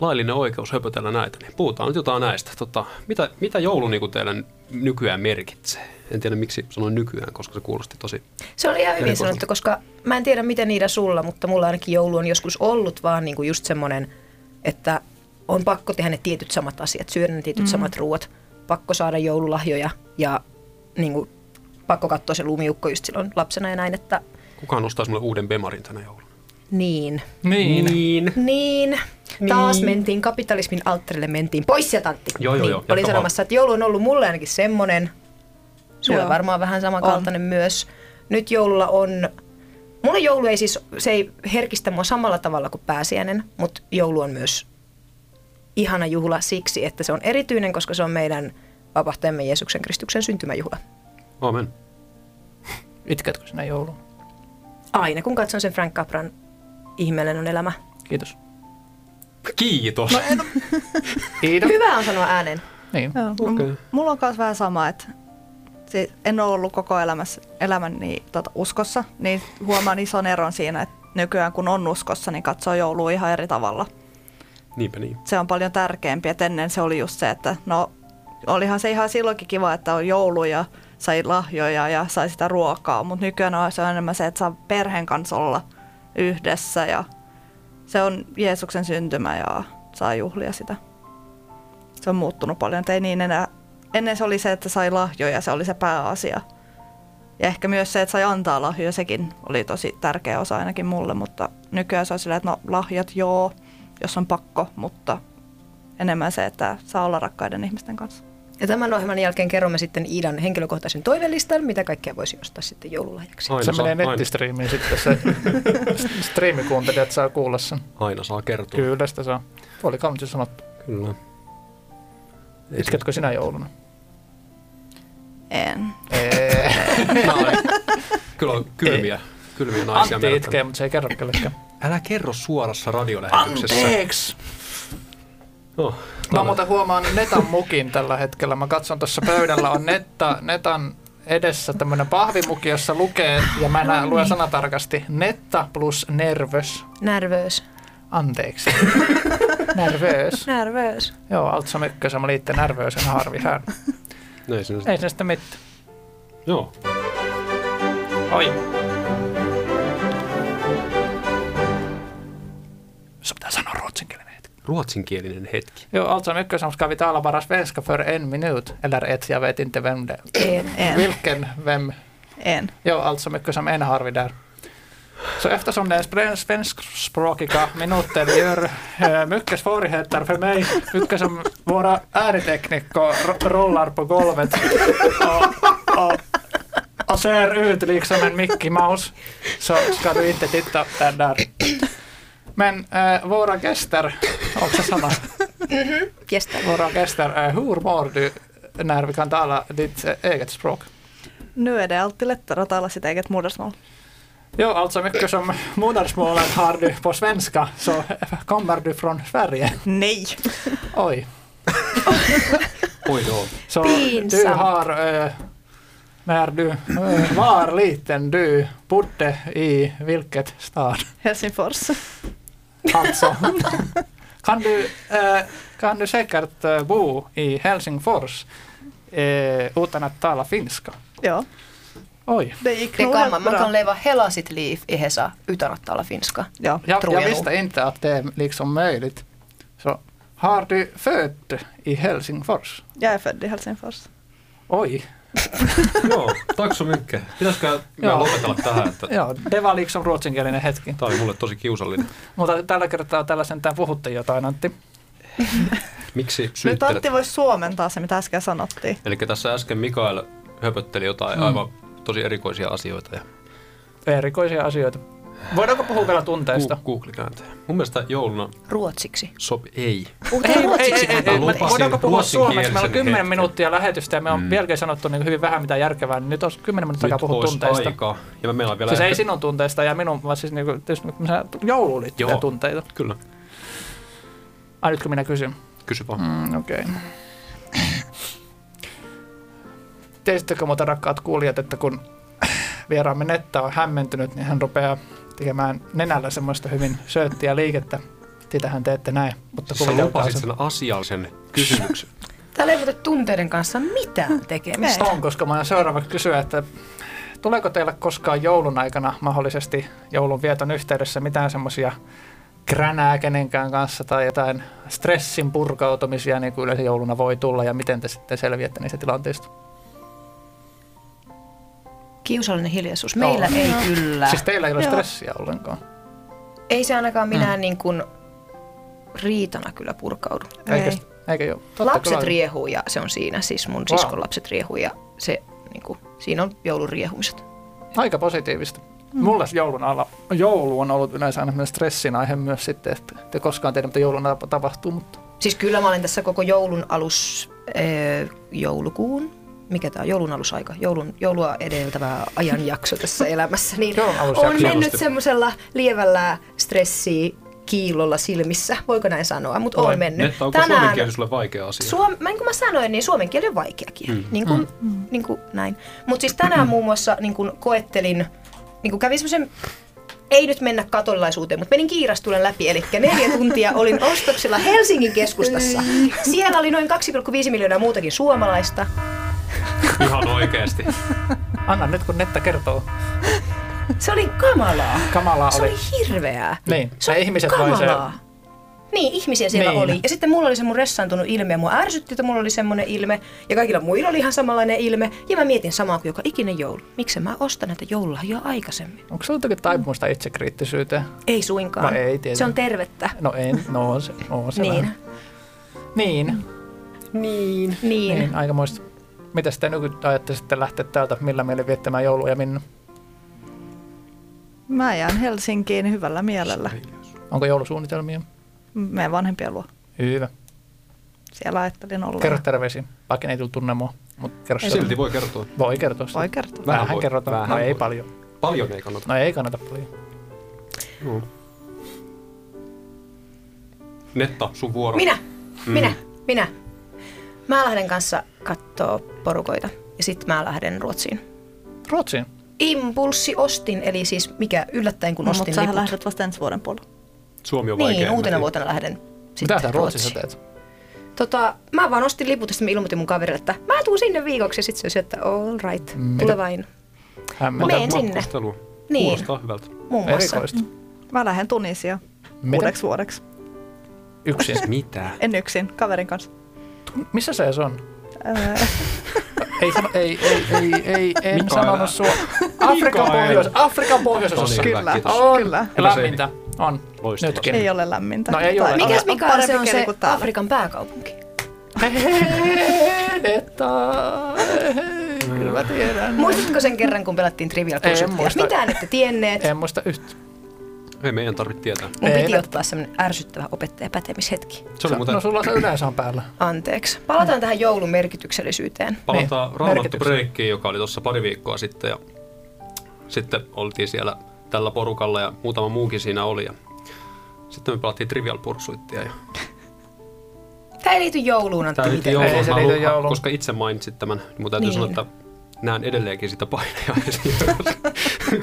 [SPEAKER 2] laillinen oikeus höpötellä näitä, niin puhutaan nyt jotain näistä. Tota, mitä, mitä joulu niin teillä nykyään merkitsee? En tiedä miksi sanoin nykyään, koska se kuulosti tosi...
[SPEAKER 3] Se oli ihan hyvin
[SPEAKER 2] Erikoista.
[SPEAKER 3] sanottu, koska mä en tiedä miten niitä sulla, mutta mulla ainakin joulu on joskus ollut vaan niinku just semmoinen, että on pakko tehdä ne tietyt samat asiat, syödä ne tietyt mm. samat ruuat, pakko saada joululahjoja ja niinku, pakko katsoa se lumiukko just silloin lapsena ja näin, että
[SPEAKER 2] Kukaan ostaisi mulle uuden bemarin tänä jouluna?
[SPEAKER 3] niin.
[SPEAKER 6] Niin.
[SPEAKER 2] niin.
[SPEAKER 3] Niin, taas mentiin kapitalismin alttarille, mentiin pois ja tantti.
[SPEAKER 2] Joo, joo,
[SPEAKER 3] niin,
[SPEAKER 2] joo, jatka
[SPEAKER 3] Olin
[SPEAKER 2] vaan.
[SPEAKER 3] sanomassa, että joulu on ollut mulle ainakin semmoinen, sulla
[SPEAKER 4] Joo.
[SPEAKER 3] varmaan vähän samankaltainen on. myös. Nyt joululla on, mulle joulu ei siis, se ei herkistä mua samalla tavalla kuin pääsiäinen, mutta joulu on myös ihana juhla siksi, että se on erityinen, koska se on meidän vapahtajamme Jeesuksen Kristuksen syntymäjuhla.
[SPEAKER 2] Aamen.
[SPEAKER 6] Itketkö sinä joulun?
[SPEAKER 3] Aina kun katson sen Frank Capran Ihmeellinen on elämä.
[SPEAKER 6] Kiitos.
[SPEAKER 2] Kiitos. No,
[SPEAKER 6] Iida.
[SPEAKER 3] No, Hyvä on sanoa ääneen.
[SPEAKER 6] Niin.
[SPEAKER 4] Joo.
[SPEAKER 2] Okei.
[SPEAKER 4] Okay. Mulla on myös vähän sama, että siis en ole ollut koko elämässä, elämäni tota, uskossa, niin huomaan ison eron siinä, että nykyään kun on uskossa, niin katsoo joulua ihan eri tavalla.
[SPEAKER 2] Niinpä niin.
[SPEAKER 4] Se on paljon tärkeämpi, että ennen se oli just se, että no olihan se ihan silloinkin kiva, että on joulu ja sai lahjoja ja sai sitä ruokaa, mutta nykyään on se on enemmän se, että saa perheen kanssa olla yhdessä ja se on Jeesuksen syntymä ja saa juhlia sitä. Se on muuttunut paljon, että ei niin enää. Ennen se oli se, että sai lahjoja, se oli se pääasia. Ja ehkä myös se, että sai antaa lahjoja, sekin oli tosi tärkeä osa ainakin mulle, mutta nykyään se on silleen, että no lahjat joo, jos on pakko, mutta enemmän se, että saa olla rakkaiden ihmisten kanssa.
[SPEAKER 3] Ja tämän ohjelman jälkeen kerromme sitten Iidan henkilökohtaisen toivelistan, mitä kaikkea voisi ostaa sitten joululahjaksi.
[SPEAKER 2] Aina
[SPEAKER 6] Se
[SPEAKER 2] saa,
[SPEAKER 6] menee
[SPEAKER 2] aina,
[SPEAKER 6] nettistriimiin sitten se s- striimikuuntelijat saa kuulla sen.
[SPEAKER 2] aina saa kertoa.
[SPEAKER 6] Kyllä sitä saa. Oli kaunista sanottu.
[SPEAKER 2] Kyllä. Ei se-
[SPEAKER 6] Itketkö sinä jouluna?
[SPEAKER 4] En.
[SPEAKER 6] Ei.
[SPEAKER 2] Kyllä on kylmiä, kylmiä naisia.
[SPEAKER 6] Antti
[SPEAKER 2] meillä
[SPEAKER 6] itkee, mutta se ei kerro kellekään.
[SPEAKER 2] tänne. Älä kerro suorassa radiolähetyksessä. No,
[SPEAKER 6] Mä
[SPEAKER 2] no,
[SPEAKER 6] muuten huomaan Netan mukin tällä hetkellä. Mä katson tuossa pöydällä on netta, Netan edessä tämmönen pahvimuki, jossa lukee, ja mä näen, luen sanatarkasti, netta plus nervös.
[SPEAKER 3] Nervös.
[SPEAKER 6] Anteeksi. nervös.
[SPEAKER 3] Nervös.
[SPEAKER 6] Joo, Altso Mykkösen, mä liitte nervösen harvi hän.
[SPEAKER 2] no ei siinä.
[SPEAKER 6] Ei se sitä mitään.
[SPEAKER 2] Joo.
[SPEAKER 6] Oi. Sun pitää sanoa ruotsinkielinen hetki.
[SPEAKER 2] Ruotsinkielinen hetki.
[SPEAKER 6] Joo, alltså mycket som ska vi tala bara svenska för en minut. Eller ett, jag vet inte vem det
[SPEAKER 3] En.
[SPEAKER 4] En.
[SPEAKER 6] Vilken, vem?
[SPEAKER 4] En.
[SPEAKER 6] Joo, alltså mycket som en har vi där. Så eftersom den spre- svenskspråkiga minuten gör eh, mycket svårigheter för mig, mycket som våra äänitekniker ro- rollar på golvet och, och, och ser ut liksom en Mickey Mouse, så ska du inte titta där. där. Men eh, våra gäster, också samma,
[SPEAKER 3] Kestä.
[SPEAKER 6] våra gäster, eh, hur mår du när vi kan tala ditt eh, eget språk?
[SPEAKER 4] Nu är det alltid lättare att tala sitt eget modersmål.
[SPEAKER 6] Jo, alltså mycket som modersmålet har du på svenska så kommer du från Sverige.
[SPEAKER 4] Nej.
[SPEAKER 6] Oj.
[SPEAKER 2] Oi joo.
[SPEAKER 6] Så du
[SPEAKER 3] Pinsamt.
[SPEAKER 6] har, eh, när du eh, var liten, du bodde i vilket stad?
[SPEAKER 4] Helsingfors.
[SPEAKER 6] Alltså, kan du, eh, kan du säkert eh, bo i Helsingfors eh, utan att tala finska?
[SPEAKER 4] Ja,
[SPEAKER 6] Oj.
[SPEAKER 4] det gick
[SPEAKER 3] Det
[SPEAKER 4] nog
[SPEAKER 3] kan man.
[SPEAKER 4] rätt
[SPEAKER 3] Man kan
[SPEAKER 4] bra.
[SPEAKER 3] leva hela sitt liv i Hesa utan att tala finska.
[SPEAKER 4] Ja.
[SPEAKER 6] Jag,
[SPEAKER 3] Tror
[SPEAKER 6] jag
[SPEAKER 3] jag
[SPEAKER 6] visste inte att det är liksom möjligt. Så, har du född i Helsingfors?
[SPEAKER 4] Jag är född i Helsingfors.
[SPEAKER 6] Oj.
[SPEAKER 2] Joo, taksomykke. Pitäisikö me
[SPEAKER 6] Joo.
[SPEAKER 2] lopetella tähän, että
[SPEAKER 6] Joo, det var liksom ruotsinkielinen hetki.
[SPEAKER 2] tämä oli mulle tosi kiusallinen.
[SPEAKER 6] Mutta tällä kertaa tällä sentään puhutte jotain, Antti.
[SPEAKER 2] Miksi
[SPEAKER 4] Nyt
[SPEAKER 2] syyttelet?
[SPEAKER 4] Antti voisi suomentaa se, mitä äsken sanottiin.
[SPEAKER 2] Eli tässä äsken Mikael höpötteli jotain mm. aivan tosi erikoisia asioita ja
[SPEAKER 6] Erikoisia asioita. Voidaanko puhua vielä tunteista?
[SPEAKER 2] gu- Google kääntää. Mun mielestä jouluna
[SPEAKER 3] Ruotsiksi.
[SPEAKER 2] sopi ei.
[SPEAKER 3] Puhutaan ruotsiksi.
[SPEAKER 2] ei, ei. Lupasin
[SPEAKER 6] Voidaanko puhua suomeksi? Meillä on
[SPEAKER 2] ruotsinkielisen
[SPEAKER 6] 10
[SPEAKER 2] hetken.
[SPEAKER 6] minuuttia lähetystä ja me on
[SPEAKER 2] Mm.
[SPEAKER 6] mm. jälkeen sanottu niin hyvin vähän mitä järkevää. Niin nyt on 10 minuuttia aikaa
[SPEAKER 2] Nyt
[SPEAKER 6] puhua
[SPEAKER 2] olisi
[SPEAKER 6] tunteista. Aika.
[SPEAKER 2] aika. Ja me meillä on vielä...
[SPEAKER 6] Siis ei
[SPEAKER 2] ehkä-
[SPEAKER 6] sinun tunteista ja minun, vaan siis niinku, tietysti sä- jouluun liittyviä
[SPEAKER 2] Joo.
[SPEAKER 6] tunteita.
[SPEAKER 2] Kyllä.
[SPEAKER 6] Ai nytkö minä kysyn?
[SPEAKER 2] Kysy vaan.
[SPEAKER 6] Mm, okei. Okay. Tiesittekö muuten rakkaat kuulijat, että kun vieraamme Netta on hämmentynyt, niin hän rupeaa tekemään nenällä semmoista hyvin sööttiä liikettä. Sitähän te ette näe, mutta
[SPEAKER 2] Sä
[SPEAKER 6] kuvitelkaa
[SPEAKER 2] lupasit
[SPEAKER 6] sen.
[SPEAKER 2] sen asiallisen kysymyksen.
[SPEAKER 3] Täällä ei ole tunteiden kanssa mitään tekemistä.
[SPEAKER 6] On, koska mä aion seuraavaksi kysyä, että tuleeko teillä koskaan joulun aikana mahdollisesti joulun vieton yhteydessä mitään semmoisia kränää kenenkään kanssa tai jotain stressin purkautumisia, niin kuin yleensä jouluna voi tulla, ja miten te sitten selviätte niistä tilanteista?
[SPEAKER 3] Kiusallinen hiljaisuus. Meillä
[SPEAKER 6] Joo.
[SPEAKER 3] ei kyllä.
[SPEAKER 6] Siis teillä ei ole
[SPEAKER 4] Joo.
[SPEAKER 6] stressiä ollenkaan.
[SPEAKER 3] Ei se ainakaan
[SPEAKER 6] Mm.
[SPEAKER 3] minään niin kuin riitana kyllä purkaudu.
[SPEAKER 6] Eikö,
[SPEAKER 4] Ei.
[SPEAKER 6] eikö joo?
[SPEAKER 3] lapset
[SPEAKER 6] kyllä.
[SPEAKER 3] riehuu ja se on siinä. Siis mun
[SPEAKER 6] Vau.
[SPEAKER 3] siskon lapset riehuu ja se, niin kuin, siinä on jouluriehumiset.
[SPEAKER 6] Aika positiivista. Mm. Mulla joulun alla, joulu on ollut yleensä aina tämmöinen stressin aihe myös sitten, että te koskaan tiedä, mitä joulun alla tapahtuu, mutta
[SPEAKER 3] Siis kyllä mä olen tässä koko joulun alus, ee, joulukuun, mikä tämä on, joulun alusaika, joulun, joulua edeltävä ajanjakso tässä elämässä, niin
[SPEAKER 6] Joulun alusjakso.
[SPEAKER 3] on mennyt
[SPEAKER 2] Hienosti.
[SPEAKER 3] semmoisella lievällä stressiä kiillolla silmissä, voiko näin sanoa, mutta
[SPEAKER 6] Olen.
[SPEAKER 3] on mennyt.
[SPEAKER 2] Netta, onko suomen kieli sulle vaikea asia?
[SPEAKER 3] Suom, mä- niin kuin mä sanoin, niin suomen kieli on vaikea kieli. Mm. Niin kuin, mm. niin kuin näin. Mutta siis tänään muun muassa niin kuin koettelin, niin kuin kävin semmoisen, ei nyt mennä katolaisuuteen, mutta menin kiirastulen läpi. Eli neljä tuntia olin ostoksilla Helsingin keskustassa. Siellä oli noin 2,5 miljoonaa muutakin suomalaista.
[SPEAKER 2] Ihan oikeesti.
[SPEAKER 6] anna nyt kun Netta kertoo.
[SPEAKER 3] Se oli kamalaa.
[SPEAKER 6] Kamalaa
[SPEAKER 3] Se
[SPEAKER 6] oli.
[SPEAKER 3] oli hirveää.
[SPEAKER 6] Niin,
[SPEAKER 3] Se on
[SPEAKER 6] ne ihmiset vai se-
[SPEAKER 3] kamalaa. Niin, ihmisiä siellä
[SPEAKER 6] Niin.
[SPEAKER 3] niin. oli. Ja sitten mulla oli se mun ressaantunut ilme, ja mua ärsytti, että mulla oli semmoinen ilme. Ja kaikilla muilla oli ihan samanlainen ilme. Ja mä mietin samaa kuin joka ikinen joulu. Miksi mä ostan näitä joululahjoja aikaisemmin?
[SPEAKER 6] Onko sulla jotakin taipumusta itsekriittisyyteen?
[SPEAKER 3] Ei suinkaan.
[SPEAKER 6] No ei tietenkin.
[SPEAKER 3] se on tervettä.
[SPEAKER 6] No en, no on se, on se
[SPEAKER 3] Niin.
[SPEAKER 6] vähän. Niin,
[SPEAKER 2] Niin.
[SPEAKER 3] Niin.
[SPEAKER 6] niin, aika muista. Mitäs te nyt ajattelisitte lähteä täältä, millä mieli viettämään joulua ja minna?
[SPEAKER 4] Mä jään Helsinkiin hyvällä mielellä.
[SPEAKER 6] Onko joulusuunnitelmia?
[SPEAKER 4] Meidän vanhempien luo.
[SPEAKER 6] Hyvä.
[SPEAKER 4] Siellä ajattelin olla.
[SPEAKER 6] Kerro terveisiä, vaikka ne ei tullut tunne mua, mutta kerro se.
[SPEAKER 2] Silti voi kertoa.
[SPEAKER 6] Voi kertoa sitä.
[SPEAKER 4] Voi kertoa.
[SPEAKER 2] Vähän
[SPEAKER 6] Vähän
[SPEAKER 2] voi.
[SPEAKER 6] kerrotaan,
[SPEAKER 2] Vähän
[SPEAKER 6] no ei
[SPEAKER 2] voi.
[SPEAKER 6] paljon.
[SPEAKER 2] Paljon ei kannata.
[SPEAKER 6] No ei kannata paljon.
[SPEAKER 2] Netta, sun vuoro.
[SPEAKER 3] Minä, minä, minä. Mä lähden kanssa kattoo porukoita. Ja sitten mä lähden Ruotsiin.
[SPEAKER 6] Ruotsiin.
[SPEAKER 3] Impulssi ostin, eli siis mikä yllättäen kun
[SPEAKER 4] No,
[SPEAKER 3] ostin
[SPEAKER 4] mutta sähän
[SPEAKER 3] liput.
[SPEAKER 4] lähdet vasta ensi vuoden puolella.
[SPEAKER 2] Suomi on vaikea.
[SPEAKER 3] Niin, uutena
[SPEAKER 2] Mä-
[SPEAKER 3] vuotena lähden
[SPEAKER 6] Mitä
[SPEAKER 3] sitten
[SPEAKER 6] sä Ruotsissa teet?
[SPEAKER 3] Tota, mä vaan ostin liput ja sitten mä ilmoitin mun kaverille, että mä tuun sinne viikoksi ja sitten se oli se, että all right,
[SPEAKER 6] Mm.
[SPEAKER 3] tule vain.
[SPEAKER 6] Hämmä.
[SPEAKER 3] Me-
[SPEAKER 2] Mä-
[SPEAKER 3] Meen sinne.
[SPEAKER 2] matkustelua.
[SPEAKER 3] Niin.
[SPEAKER 2] Kuulostaa hyvältä.
[SPEAKER 3] Muun muassa.
[SPEAKER 6] Erikoista.
[SPEAKER 4] Mä lähden Tunisia
[SPEAKER 6] Mitä?
[SPEAKER 4] uudeksi vuodeksi.
[SPEAKER 6] Yksin.
[SPEAKER 2] Mitä?
[SPEAKER 4] En yksin, kaverin kanssa.
[SPEAKER 6] Missä se edes on?
[SPEAKER 4] Öö,
[SPEAKER 6] Ei, sano- ei, ei, ei, ei, en
[SPEAKER 2] Mikaela.
[SPEAKER 6] sanonut sua. Afrikan pohjois, Afrikan
[SPEAKER 2] No
[SPEAKER 6] pohjoisosassa.
[SPEAKER 2] niin, hyvä,
[SPEAKER 4] kyllä,
[SPEAKER 2] kiitos.
[SPEAKER 6] On.
[SPEAKER 4] kyllä.
[SPEAKER 2] Kyllä se-
[SPEAKER 6] Lämmintä. On.
[SPEAKER 2] Loistavaa.
[SPEAKER 6] Nytkin.
[SPEAKER 4] Ei ole lämmintä.
[SPEAKER 6] No ei ole.
[SPEAKER 4] Tai-
[SPEAKER 3] Mikäs
[SPEAKER 6] On
[SPEAKER 3] Mikael se on
[SPEAKER 4] parempi keli
[SPEAKER 3] se
[SPEAKER 4] kuin täällä.
[SPEAKER 3] Afrikan pääkaupunki?
[SPEAKER 6] Netta. Kyllä mä tiedän.
[SPEAKER 3] Muistatko sen kerran, kun pelattiin Trivial
[SPEAKER 6] En
[SPEAKER 3] Pursuitia?
[SPEAKER 6] muista.
[SPEAKER 3] Mitään ette tienneet.
[SPEAKER 6] En muista yhtä.
[SPEAKER 2] Ei meidän tarvitse tietää.
[SPEAKER 3] Mun
[SPEAKER 6] Ei,
[SPEAKER 3] piti
[SPEAKER 6] en-
[SPEAKER 3] ottaa semmonen ärsyttävä opettajapätemishetki.
[SPEAKER 2] Se oli muuten...
[SPEAKER 6] No sulla se yleensä on päällä.
[SPEAKER 3] Anteeksi. Palataan tähän joulun merkityksellisyyteen.
[SPEAKER 2] Palataan
[SPEAKER 6] Niin,
[SPEAKER 2] raamattu
[SPEAKER 6] merkityksen.
[SPEAKER 2] breikkiin, joka oli tuossa pari viikkoa sitten. Ja sitten oltiin siellä tällä porukalla ja muutama muukin siinä oli. Ja sitten me pelattiin Trivial Pursuittia. Ja
[SPEAKER 3] Tää ei liity jouluun, Antti,
[SPEAKER 2] Tämä liittyy
[SPEAKER 3] miten?
[SPEAKER 2] jouluun.
[SPEAKER 6] Ei se
[SPEAKER 2] Mä
[SPEAKER 6] liity
[SPEAKER 2] haluan-
[SPEAKER 6] jouluun.
[SPEAKER 2] Koska itse mainitsit tämän, niin mun täytyy
[SPEAKER 3] Niin.
[SPEAKER 2] sanoa, että näen edelleenkin sitä paineja.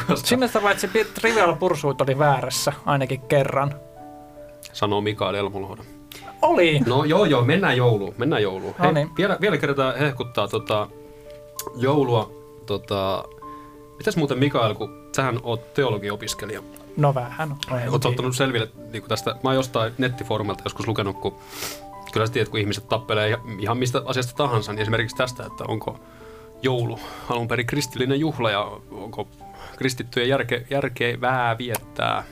[SPEAKER 2] koska
[SPEAKER 6] Sinne että se Trivial Pursuit oli väärässä ainakin kerran.
[SPEAKER 2] sanoo Mikael Elmuluoda.
[SPEAKER 6] Oli.
[SPEAKER 2] No joo joo, mennään jouluun, mennään jouluun.
[SPEAKER 6] No niin.
[SPEAKER 2] vielä, vielä kertaa hehkuttaa tota, joulua. Tota, mitäs muuten Mikael, kun sähän oot teologiopiskelija.
[SPEAKER 6] No vähän. Ei
[SPEAKER 2] Oot
[SPEAKER 6] tiedä.
[SPEAKER 2] ottanut selville niin tästä, mä oon jostain nettifoorumilta joskus lukenut, kun kyllä sä tiedät, kun ihmiset tappelee ihan- ihan mistä asiasta tahansa, niin esimerkiksi tästä, että onko joulu alun perin kristillinen juhla ja onko kristittyjen järke, järkevää viettää.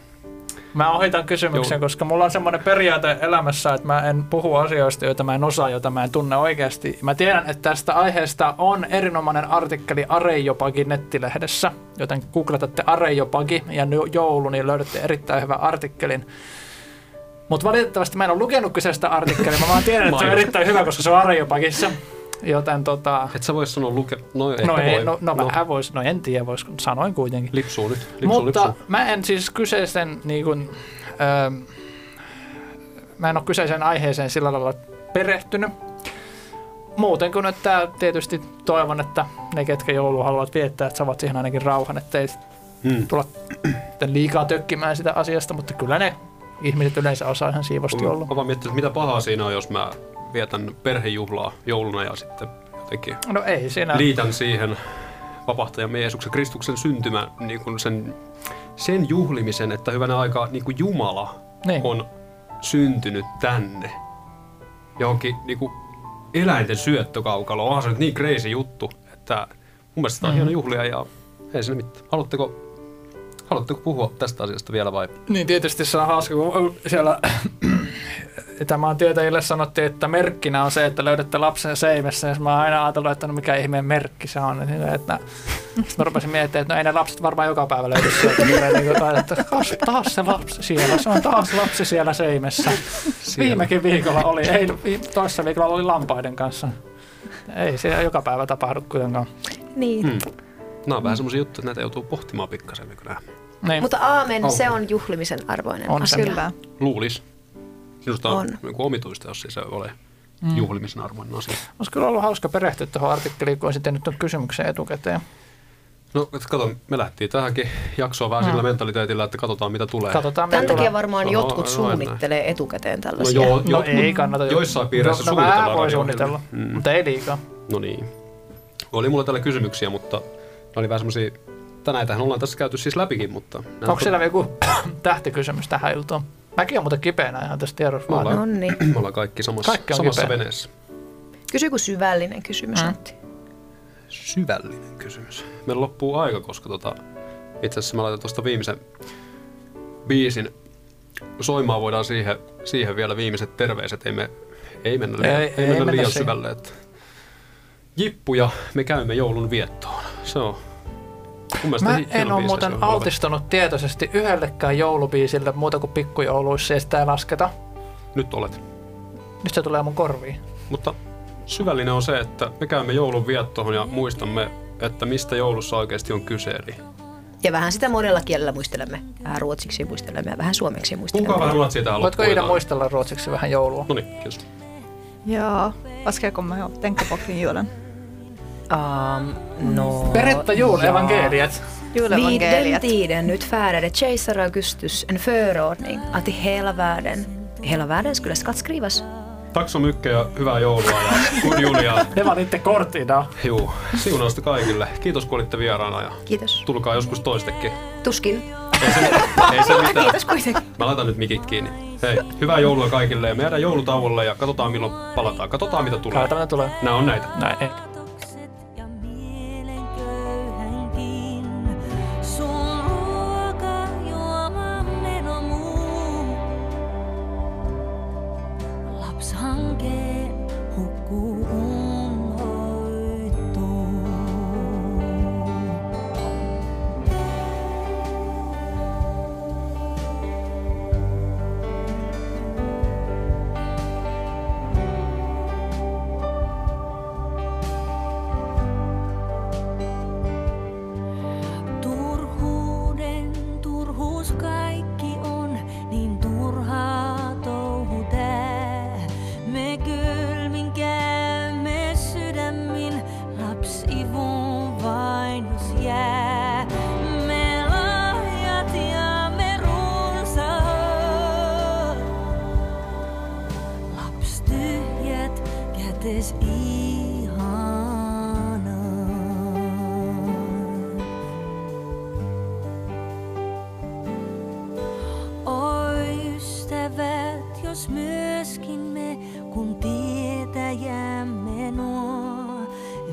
[SPEAKER 6] Mä ohitan kysymyksen,
[SPEAKER 2] Joo.
[SPEAKER 6] koska mulla on semmoinen periaate elämässä, että mä en puhu asioista, joita mä en osaa, joita mä en tunne oikeasti. Mä tiedän, että tästä aiheesta on erinomainen artikkeli Areijopagin nettilehdessä, joten googletatte Areijopagi ja ny- joulu, niin löydätte erittäin hyvän artikkelin. Mutta valitettavasti mä en ole lukenut kyseistä artikkelia, mä vaan tiedän, että se on
[SPEAKER 2] Mainos.
[SPEAKER 6] erittäin hyvä, koska se on Areijopagissa. Joten tota...
[SPEAKER 2] Et sä voi sanoa luke... No, ehkä
[SPEAKER 6] No, ei,
[SPEAKER 2] voi.
[SPEAKER 6] no, no, vähän vois, no en tiedä, voisiko, sanoin kuitenkin.
[SPEAKER 2] Lipsuu nyt, lipsuu,
[SPEAKER 6] Mutta
[SPEAKER 2] lipsuu.
[SPEAKER 6] mä en siis kyseisen, niin kun, öö, mä en ole kyseiseen aiheeseen sillä lailla perehtynyt. Muuten kuin että tietysti toivon, että ne, ketkä joulua haluavat viettää, että saavat siihen ainakin rauhan, ettei
[SPEAKER 2] Mm.
[SPEAKER 6] tulla liikaa tökkimään sitä asiasta, mutta kyllä ne ihmiset yleensä osaa ihan siivosti olla.
[SPEAKER 2] Mä vaan miettinyt, että mitä pahaa siinä on, jos mä vietän perhejuhlaa jouluna ja sitten jotenkin
[SPEAKER 6] No ei siinä.
[SPEAKER 2] liitän siihen vapahtajamme Jeesuksen Kristuksen syntymän niin kuin sen, sen juhlimisen, että hyvänä aikaa niin kuin Jumala
[SPEAKER 6] Niin.
[SPEAKER 2] on syntynyt tänne johonkin niin kuin eläinten syöttökaukalo. Onhan se nyt niin crazy juttu, että mun mielestä tämä on
[SPEAKER 6] Mhm.
[SPEAKER 2] hieno juhlia ja ei siinä mitään. Haluatteko, haluatteko puhua tästä asiasta vielä vai?
[SPEAKER 6] Niin tietysti se on hauska, kun siellä tämän tietäjille sanottiin, että merkkinä on se, että löydätte lapsen seimessä. Ja mä oon aina ajatellut, että no mikä ihmeen merkki se on. Niin, että, sitten mä rupesin miettimään, että no ei ne lapset varmaan joka päivä löydy sieltä. Niin kuin jotain, että kas, taas se lapsi siellä, se on taas lapsi siellä seimessä. Siellä. Viimekin viikolla oli, ei, vi- toissa viikolla oli lampaiden kanssa. Ei siellä joka päivä tapahdu kuitenkaan.
[SPEAKER 3] Niin.
[SPEAKER 2] Mm. Nämä on vähän semmoisia juttuja, että näitä joutuu pohtimaan pikkasen kyllä.
[SPEAKER 6] Niin.
[SPEAKER 3] Mutta aamen,
[SPEAKER 2] On.
[SPEAKER 3] se on juhlimisen arvoinen
[SPEAKER 6] On se.
[SPEAKER 3] asia.
[SPEAKER 4] Kyllä.
[SPEAKER 2] Luulis. Sinusta on,
[SPEAKER 3] On.
[SPEAKER 2] on. Niin omituista, jos ei se ole mm. juhlimisen arvoinen asia.
[SPEAKER 6] Olisi kyllä ollut hauska perehtyä tuohon artikkeliin, kun sitten nyt on kysymyksen etukäteen.
[SPEAKER 2] No et kato, me lähtiin tähänkin jaksoon vähän sillä mentaliteetillä, että katsotaan mitä tulee.
[SPEAKER 6] Katsotaan, mitä
[SPEAKER 3] Tämän takia
[SPEAKER 6] tulee.
[SPEAKER 3] varmaan
[SPEAKER 2] No,
[SPEAKER 3] jotkut
[SPEAKER 2] no,
[SPEAKER 3] suunnittelee etukäteen
[SPEAKER 2] No
[SPEAKER 3] tällaisia.
[SPEAKER 2] joo,
[SPEAKER 6] No
[SPEAKER 2] joo,
[SPEAKER 6] ei kannata.
[SPEAKER 2] joissain piireissä
[SPEAKER 6] no, no,
[SPEAKER 2] suunnitellaan
[SPEAKER 6] vähän voi
[SPEAKER 2] radio-
[SPEAKER 6] suunnitella,
[SPEAKER 2] Mm.
[SPEAKER 6] mm. mutta ei liikaa.
[SPEAKER 2] No niin. Oli mulla täällä kysymyksiä, mutta ne oli vähän semmosia, tai näitähän ollaan tässä käyty siis läpikin, mutta... nää-
[SPEAKER 6] Onko siellä vielä joku tähtikysymys tähän iltaan? Mäkin on muuten kipeänä ihan tässä tiedossa.
[SPEAKER 2] Me
[SPEAKER 6] vaan.
[SPEAKER 2] ollaan,
[SPEAKER 3] No niin.
[SPEAKER 2] me ollaan kaikki samassa,
[SPEAKER 6] Kaikki on
[SPEAKER 2] samassa
[SPEAKER 6] kipeä.
[SPEAKER 2] veneessä.
[SPEAKER 3] Kysy joku syvällinen kysymys,
[SPEAKER 6] Mm.
[SPEAKER 3] Antti.
[SPEAKER 2] syvällinen kysymys. Meillä loppuu aika, koska tota, itse asiassa mä laitan tuosta viimeisen biisin soimaan. Voidaan siihen, siihen vielä viimeiset terveiset. Ei, me, ei mennä liian,
[SPEAKER 6] Ei-
[SPEAKER 2] ei,
[SPEAKER 6] ei
[SPEAKER 2] ei mennä
[SPEAKER 6] mennä
[SPEAKER 2] liian
[SPEAKER 6] siihen.
[SPEAKER 2] syvälle. Että. Jippu ja me käymme joulun viettoon. Se on mun mielestä
[SPEAKER 6] Mä
[SPEAKER 2] hi-
[SPEAKER 6] en
[SPEAKER 2] hieno
[SPEAKER 6] ole
[SPEAKER 2] biisi, se
[SPEAKER 6] muuten
[SPEAKER 2] on
[SPEAKER 6] altistunut tietoisesti yhdellekään joulubiisille muuta kuin pikkujouluissa ja sitä ei lasketa.
[SPEAKER 2] lopetettu. Nyt olet.
[SPEAKER 6] Nyt se tulee mun korviin.
[SPEAKER 2] Mutta syvällinen on se, että me käymme joulun viettoon ja muistamme, että mistä joulussa oikeasti on kyse. Eli
[SPEAKER 3] Ja vähän sitä monella kielellä muistelemme. Vähän ruotsiksi muistelemme ja vähän suomeksi muistelemme.
[SPEAKER 2] puhukaa vähän ruotsia tähän
[SPEAKER 6] Voitko
[SPEAKER 2] loppuun.
[SPEAKER 6] Iida muistella ruotsiksi vähän joulua?
[SPEAKER 2] No niin, kiitos.
[SPEAKER 4] Joo. Laskeeko mä jo Tenkkapokrin juulen?
[SPEAKER 3] Um, no,
[SPEAKER 6] Peretta juul evankeliet.
[SPEAKER 3] Vid den
[SPEAKER 4] Juulevangeliat.
[SPEAKER 3] tiden utfärdade kejsar Augustus en förordning att i hela världen, i hela världen skulle skattskrivas.
[SPEAKER 2] Tack så mycket ja hyvää joulua ja good julia.
[SPEAKER 6] Ne valitte kortina.
[SPEAKER 2] Juu, siunausta kaikille. Kiitos kun olitte vieraana ja
[SPEAKER 3] Kiitos.
[SPEAKER 2] tulkaa joskus toistekin.
[SPEAKER 3] Tuskin.
[SPEAKER 2] Ei se, ei se mitään.
[SPEAKER 3] Kiitos kuitenkin.
[SPEAKER 2] Mä laitan nyt mikit kiinni. Hei, hyvää joulua kaikille ja me jäädään joulutauolle ja katsotaan milloin palataan. Katsotaan mitä tulee.
[SPEAKER 6] Katsotaan, mitä tulee.
[SPEAKER 2] Nää on näitä.
[SPEAKER 6] Näin ei.
[SPEAKER 5] ajatukset ja mielen köyhänkin. Sun ruoka, juoma, meno muu. Lapshanke hukkuu unhoittuun. Turhuuden turhuus kaikki on, niin turhaa touhu tää. Me kylmin käymme sydämin, lapsivun vainus jää. Me lahjat ja me runsaus. Laps tyhjät kätes ihanaa. Oi ystävät, jos myöskin me, kun tietäjämme nuo,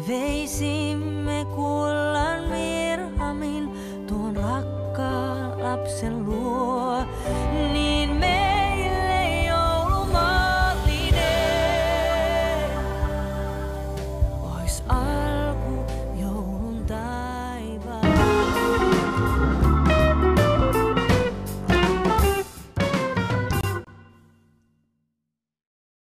[SPEAKER 5] veisimme kullan virhamin tuon rakkaan lapsen luo. Niin